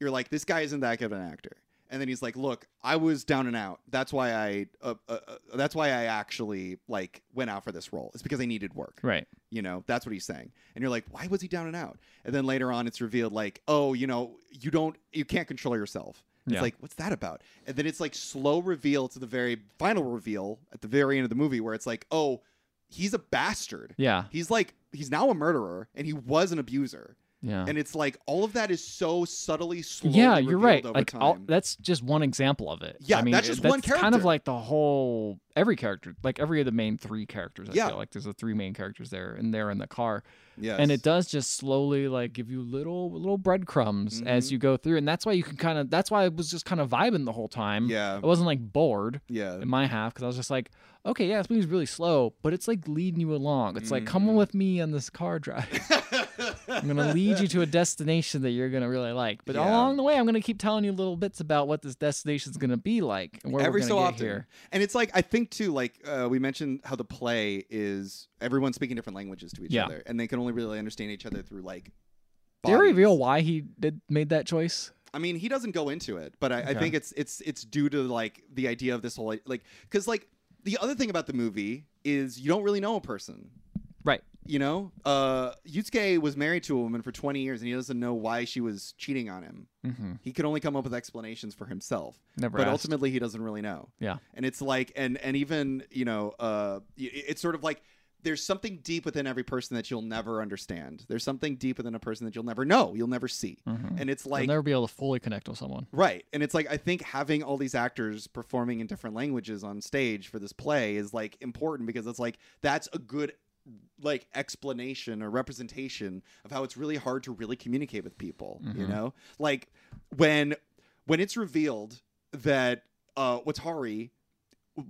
S2: you're like this guy isn't that good of an actor. And then he's like, "Look, I was down and out. That's why I uh, uh, uh, that's why I actually like went out for this role. It's because I needed work."
S1: Right.
S2: You know, that's what he's saying. And you're like, why was he down and out? And then later on, it's revealed like, oh, you know, you don't, you can't control yourself.
S1: Yeah.
S2: It's like, what's that about? And then it's like slow reveal to the very final reveal at the very end of the movie where it's like, oh, he's a bastard.
S1: Yeah.
S2: He's like, he's now a murderer and he was an abuser.
S1: Yeah.
S2: And it's like, all of that is so subtly slow.
S1: yeah, you're right.
S2: Over
S1: Like
S2: time.
S1: all, that's just one example of it.
S2: Yeah,
S1: I mean,
S2: that's just one
S1: Kind of
S2: character.
S1: like the whole every character, like every of the main three characters. I
S2: Yeah.
S1: feel like there's the three main characters there, and they're in the car,
S2: yes.
S1: and it does just slowly like give you little little breadcrumbs
S2: Mm-hmm.
S1: as you go through, and that's why you can kind of that's why I was just kind of vibing the whole time. [laughs]
S2: Yeah.
S1: I wasn't like bored
S2: Yeah.
S1: in my half because I was just like, okay, yeah, this movie's really slow, but it's like leading you along. It's like
S2: Mm.
S1: come with me on this car drive. [laughs] I'm gonna lead you to a destination that you're gonna really like. But
S2: Yeah.
S1: along the way, I'm gonna keep telling you little bits about what this destination's gonna be like and where
S2: every
S1: we're
S2: so
S1: gonna get
S2: often.
S1: here.
S2: And it's like I think too, like uh, we mentioned how the play is everyone speaking different languages to each
S1: Yeah.
S2: other, and they can only really understand each other through like.
S1: Did you reveal
S2: bodies.
S1: why he did made that choice?
S2: I mean, he doesn't go into it, but I, I
S1: Okay.
S2: think it's it's it's due to like the idea of this whole like because like the other thing about the movie is you don't really know a person.
S1: Right.
S2: You know, uh, Yusuke was married to a woman for 20 years, and he doesn't know why she was cheating on him.
S1: Mm-hmm.
S2: He could only come up with explanations for himself.
S1: Never.
S2: but
S1: asked.
S2: ultimately he doesn't really know
S1: Yeah.
S2: and it's like and and even you know uh y- it's sort of like there's something deep within every person that you'll never understand. There's something deep within a person that you'll never know, you'll never see.
S1: Mhm.
S2: And it's
S1: You'll
S2: like
S1: never be able to fully connect with someone.
S2: Right. And it's like I think having all these actors performing in different languages on stage for this play is like important because it's like that's a good like explanation or representation of how it's really hard to really communicate with people, you
S1: Mhm.
S2: know? Like when when it's revealed that uh Watari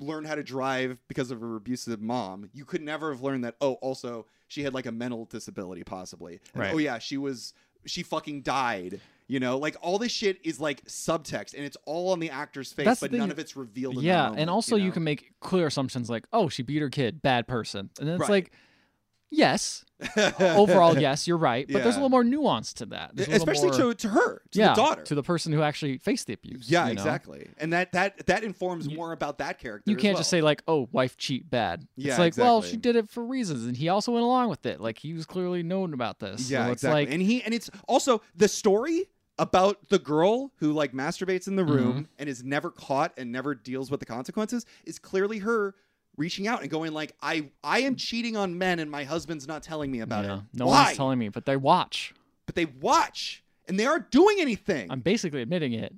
S2: learned how to drive because of her abusive mom, you could never have learned that oh also she had like a mental disability possibly. And,
S1: Right.
S2: Oh yeah, she was she fucking died. You know, like all this shit is like subtext, and it's all on the actor's face,
S1: That's the
S2: but
S1: thing
S2: none
S1: that-
S2: of it's revealed. In that
S1: yeah,
S2: moment,
S1: and also you
S2: know?
S1: can make clear assumptions like, oh, she beat her kid, bad person, and then it's
S2: Right.
S1: like, yes,
S2: [laughs]
S1: overall, yes, you're right, but there's a
S2: Yeah.
S1: little more nuance to that, There's a little
S2: especially
S1: more-
S2: to, to her, to
S1: yeah,
S2: the daughter.
S1: to the person who actually faced the abuse.
S2: yeah,
S1: you know?
S2: exactly, and that that that informs
S1: You-
S2: more about that character.
S1: You
S2: as
S1: can't
S2: well.
S1: just say like, "Oh, wife cheat bad."
S2: Yeah,
S1: it's like, well,
S2: exactly.
S1: she did it for reasons, and he also went along with it. Like he was clearly known about this.
S2: Yeah,
S1: so it's
S2: exactly.
S1: Like,
S2: and he and it's also the story about the girl who like masturbates in the room
S1: Mm-hmm.
S2: and is never caught and never deals with the consequences is clearly her reaching out and going like I I am cheating on men and my husband's not telling me about
S1: yeah,
S2: it.
S1: no
S2: Why?
S1: one's telling me, but they watch.
S2: but they watch and they aren't doing anything.
S1: I'm basically admitting it.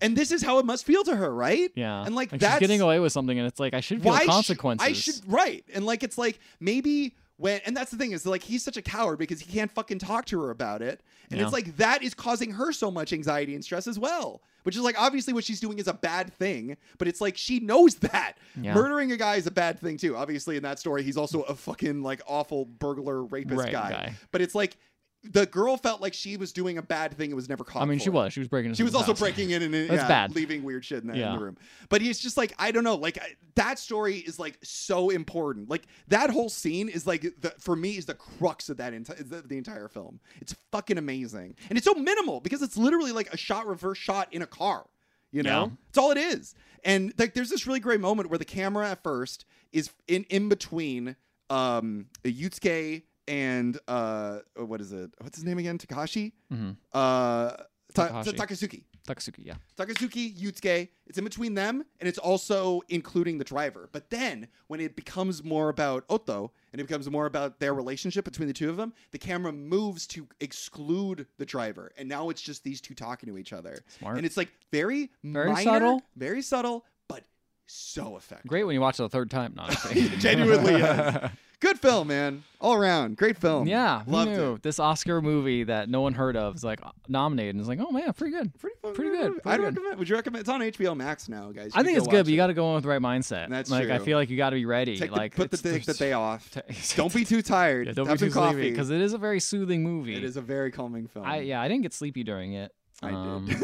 S2: and this is how it must feel to her, right?
S1: Yeah,
S2: And, like,
S1: she's
S2: that's-
S1: getting away with something, and it's like I should feel
S2: sh-
S1: consequences.
S2: I should right, and like it's like maybe when and that's the thing is like he's such a coward because he can't fucking talk to her about it, and
S1: Yeah.
S2: it's like that is causing her so much anxiety and stress as well. Which is like obviously what she's doing is a bad thing, but it's like she knows that
S1: Yeah.
S2: murdering a guy is a bad thing too. Obviously, in that story, he's also a fucking like awful burglar rapist
S1: Right,
S2: guy.
S1: guy.
S2: But it's like the girl felt like she was doing a bad thing and was never caught.
S1: I mean,
S2: for
S1: she
S2: it.
S1: was. She was breaking. into
S2: She was
S1: someone's
S2: also
S1: house.
S2: breaking in and in,
S1: That's
S2: yeah,
S1: bad.
S2: leaving weird shit in the, in
S1: Yeah.
S2: the room. But he's just like, I don't know, like I, that story is like so important. Like that whole scene is like the, for me is the crux of that entire the, the entire film. It's fucking amazing, and it's so minimal because it's literally like a shot reverse shot in a car. You know,
S1: Yeah.
S2: it's all it is. And like, there's this really great moment where the camera at first is in in between um Yutsuke and uh what is it? What's his name again? Takashi.
S1: Mhm.
S2: Uh, Ta-
S1: Takahashi.
S2: Takasuki.
S1: Takasuki. Yeah.
S2: Takasuki, Yutsuke, it's in between them, and it's also including the driver. But then when it becomes more about Otto and it becomes more about their relationship between the two of them, the camera moves to exclude the driver. And now it's just these two talking to each other.
S1: Smart.
S2: And it's like very,
S1: Very
S2: minor,
S1: subtle.
S2: very subtle, but so effective.
S1: Great when you watch it the third time. No, I'm
S2: [laughs]
S1: just kidding.
S2: It genuinely is. Good film, man. All around. Great film.
S1: Yeah, who
S2: Loved
S1: knew?
S2: it.
S1: This Oscar movie that no one heard of is like nominated, and it's like, oh man, pretty good.
S2: Pretty, fucking
S1: Pretty good, pretty
S2: I'd
S1: good.
S2: recommend. Would you recommend? It's on HBO Max now, guys.
S1: I
S2: You
S1: think
S2: can
S1: it's
S2: go
S1: good,
S2: watch
S1: but you
S2: it.
S1: got to go in with the right mindset.
S2: That's
S1: like I
S2: true.
S1: feel like you got to be ready.
S2: Take the-
S1: like
S2: put the,
S1: it's-
S2: take
S1: [laughs]
S2: the [laughs] day off.
S1: Ta-
S2: don't be too tired.
S1: yeah, don't
S2: Have
S1: be too
S2: some coffee.
S1: [laughs] sleepy because it is a very soothing movie.
S2: it is a very calming film.
S1: I yeah, I didn't get sleepy during it.
S2: I [laughs] Uh,
S1: Um,
S2: did.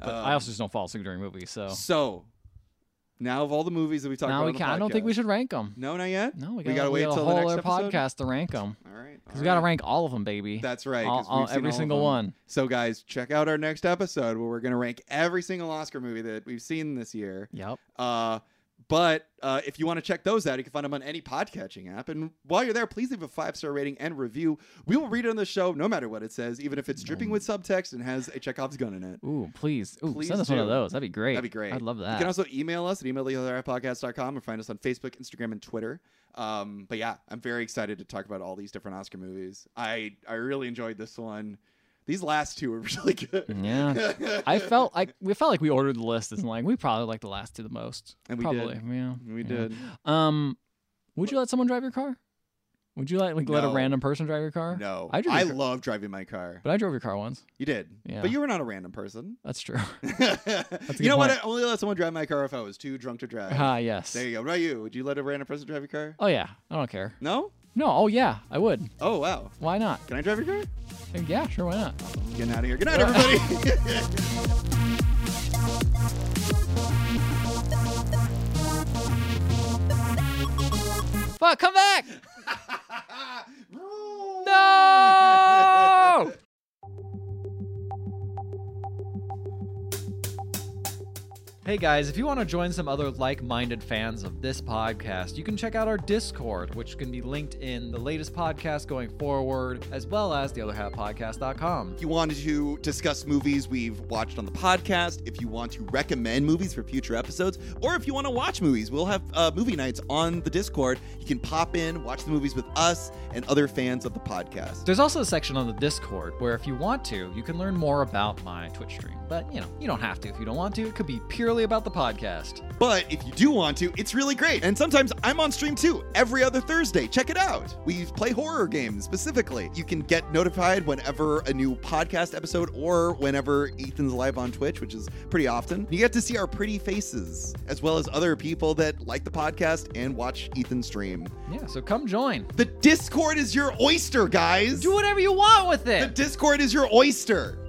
S1: but I also just don't fall asleep during movies. So
S2: so now of all the movies that we talked
S1: now
S2: about,
S1: we
S2: on the
S1: can. I don't think we
S2: podcast-
S1: should rank them.
S2: No, not yet.
S1: No, we
S2: gotta,
S1: got to
S2: wait
S1: a
S2: till
S1: whole
S2: the next
S1: other
S2: episode?
S1: podcast to rank them
S2: All right, all
S1: because we got to
S2: right.
S1: rank all of them, baby.
S2: That's right.
S1: all,
S2: 'cause
S1: all-
S2: we've seen
S1: every
S2: all of
S1: single
S2: them.
S1: one.
S2: So guys, check out our next episode where we're gonna rank every single Oscar movie that we've seen this year.
S1: Yep.
S2: Uh, but uh, if you want to check those out, you can find them on any podcatching app. And while you're there, please leave a five star rating and review. We will read it on the show no matter what it says, even if it's
S1: Mm.
S2: dripping with subtext and has a Chekhov's gun in it.
S1: Ooh, please. Ooh,
S2: Please
S1: send us one of
S2: do.
S1: those. That'd be great.
S2: That'd be great.
S1: I'd love that.
S2: You can also email us at emailtheotherpodcast.com or find us on Facebook, Instagram, and Twitter. Um, but yeah, I'm very excited to talk about all these different Oscar movies. I, I really enjoyed this one. These last two were [laughs] really good.
S1: yeah.
S2: [laughs]
S1: I felt like we felt like we ordered the list and like we probably like the last two the most.
S2: And we did.
S1: probably. Yeah.
S2: we
S1: yeah.
S2: did.
S1: Um, would you let someone drive your car? Would you like, like let a
S2: No.
S1: random person drive your car?
S2: No,
S1: I
S2: I,
S1: drove your car-
S2: love driving my car.
S1: But I drove your car once.
S2: You did,
S1: Yeah.
S2: but you were not a random person.
S1: [laughs] That's
S2: [laughs]
S1: true. good
S2: you know what? I
S1: point.
S2: only let someone drive my car if I was too drunk to drive.
S1: Ah, yes.
S2: There you go. What about you? Would you let a random person drive your car?
S1: Oh yeah. I don't care.
S2: No?
S1: No. Oh yeah. I would.
S2: Oh, wow.
S1: Why not?
S2: Can I drive your car?
S1: And yeah. Sure. Why not?
S2: Getting out of here. Good night,
S1: Uh-huh.
S2: everybody. [laughs]
S1: Fuck. Come back. [laughs]
S2: [laughs]
S1: No. Hey guys, if you want to join some other like minded fans of this podcast, you can check out our Discord, which can be linked in the latest podcast going forward, as well as the other half podcast.com.
S2: If you wanted to discuss movies we've watched on the podcast, if you want to recommend movies for future episodes, or if you want to watch movies, we'll have uh, movie nights on the Discord. You can pop in, watch the movies with us and other fans of the podcast.
S1: There's also a section on the Discord where, if you want to, you can learn more about my Twitch stream. But, you know, you don't have to if you don't want to. It could be purely about the podcast.
S2: But if you do want to, it's really great. And sometimes I'm on stream too, every other Thursday. Check it out. We play horror games specifically. You can get notified whenever a new podcast episode or whenever Ethan's live on Twitch, which is pretty often. You get to see our pretty faces, as well as other people that like the podcast and watch Ethan stream.
S1: Yeah, so come join.
S2: The Discord is your oyster, guys.
S1: Do whatever you want with
S2: The
S1: it.
S2: Discord is your oyster.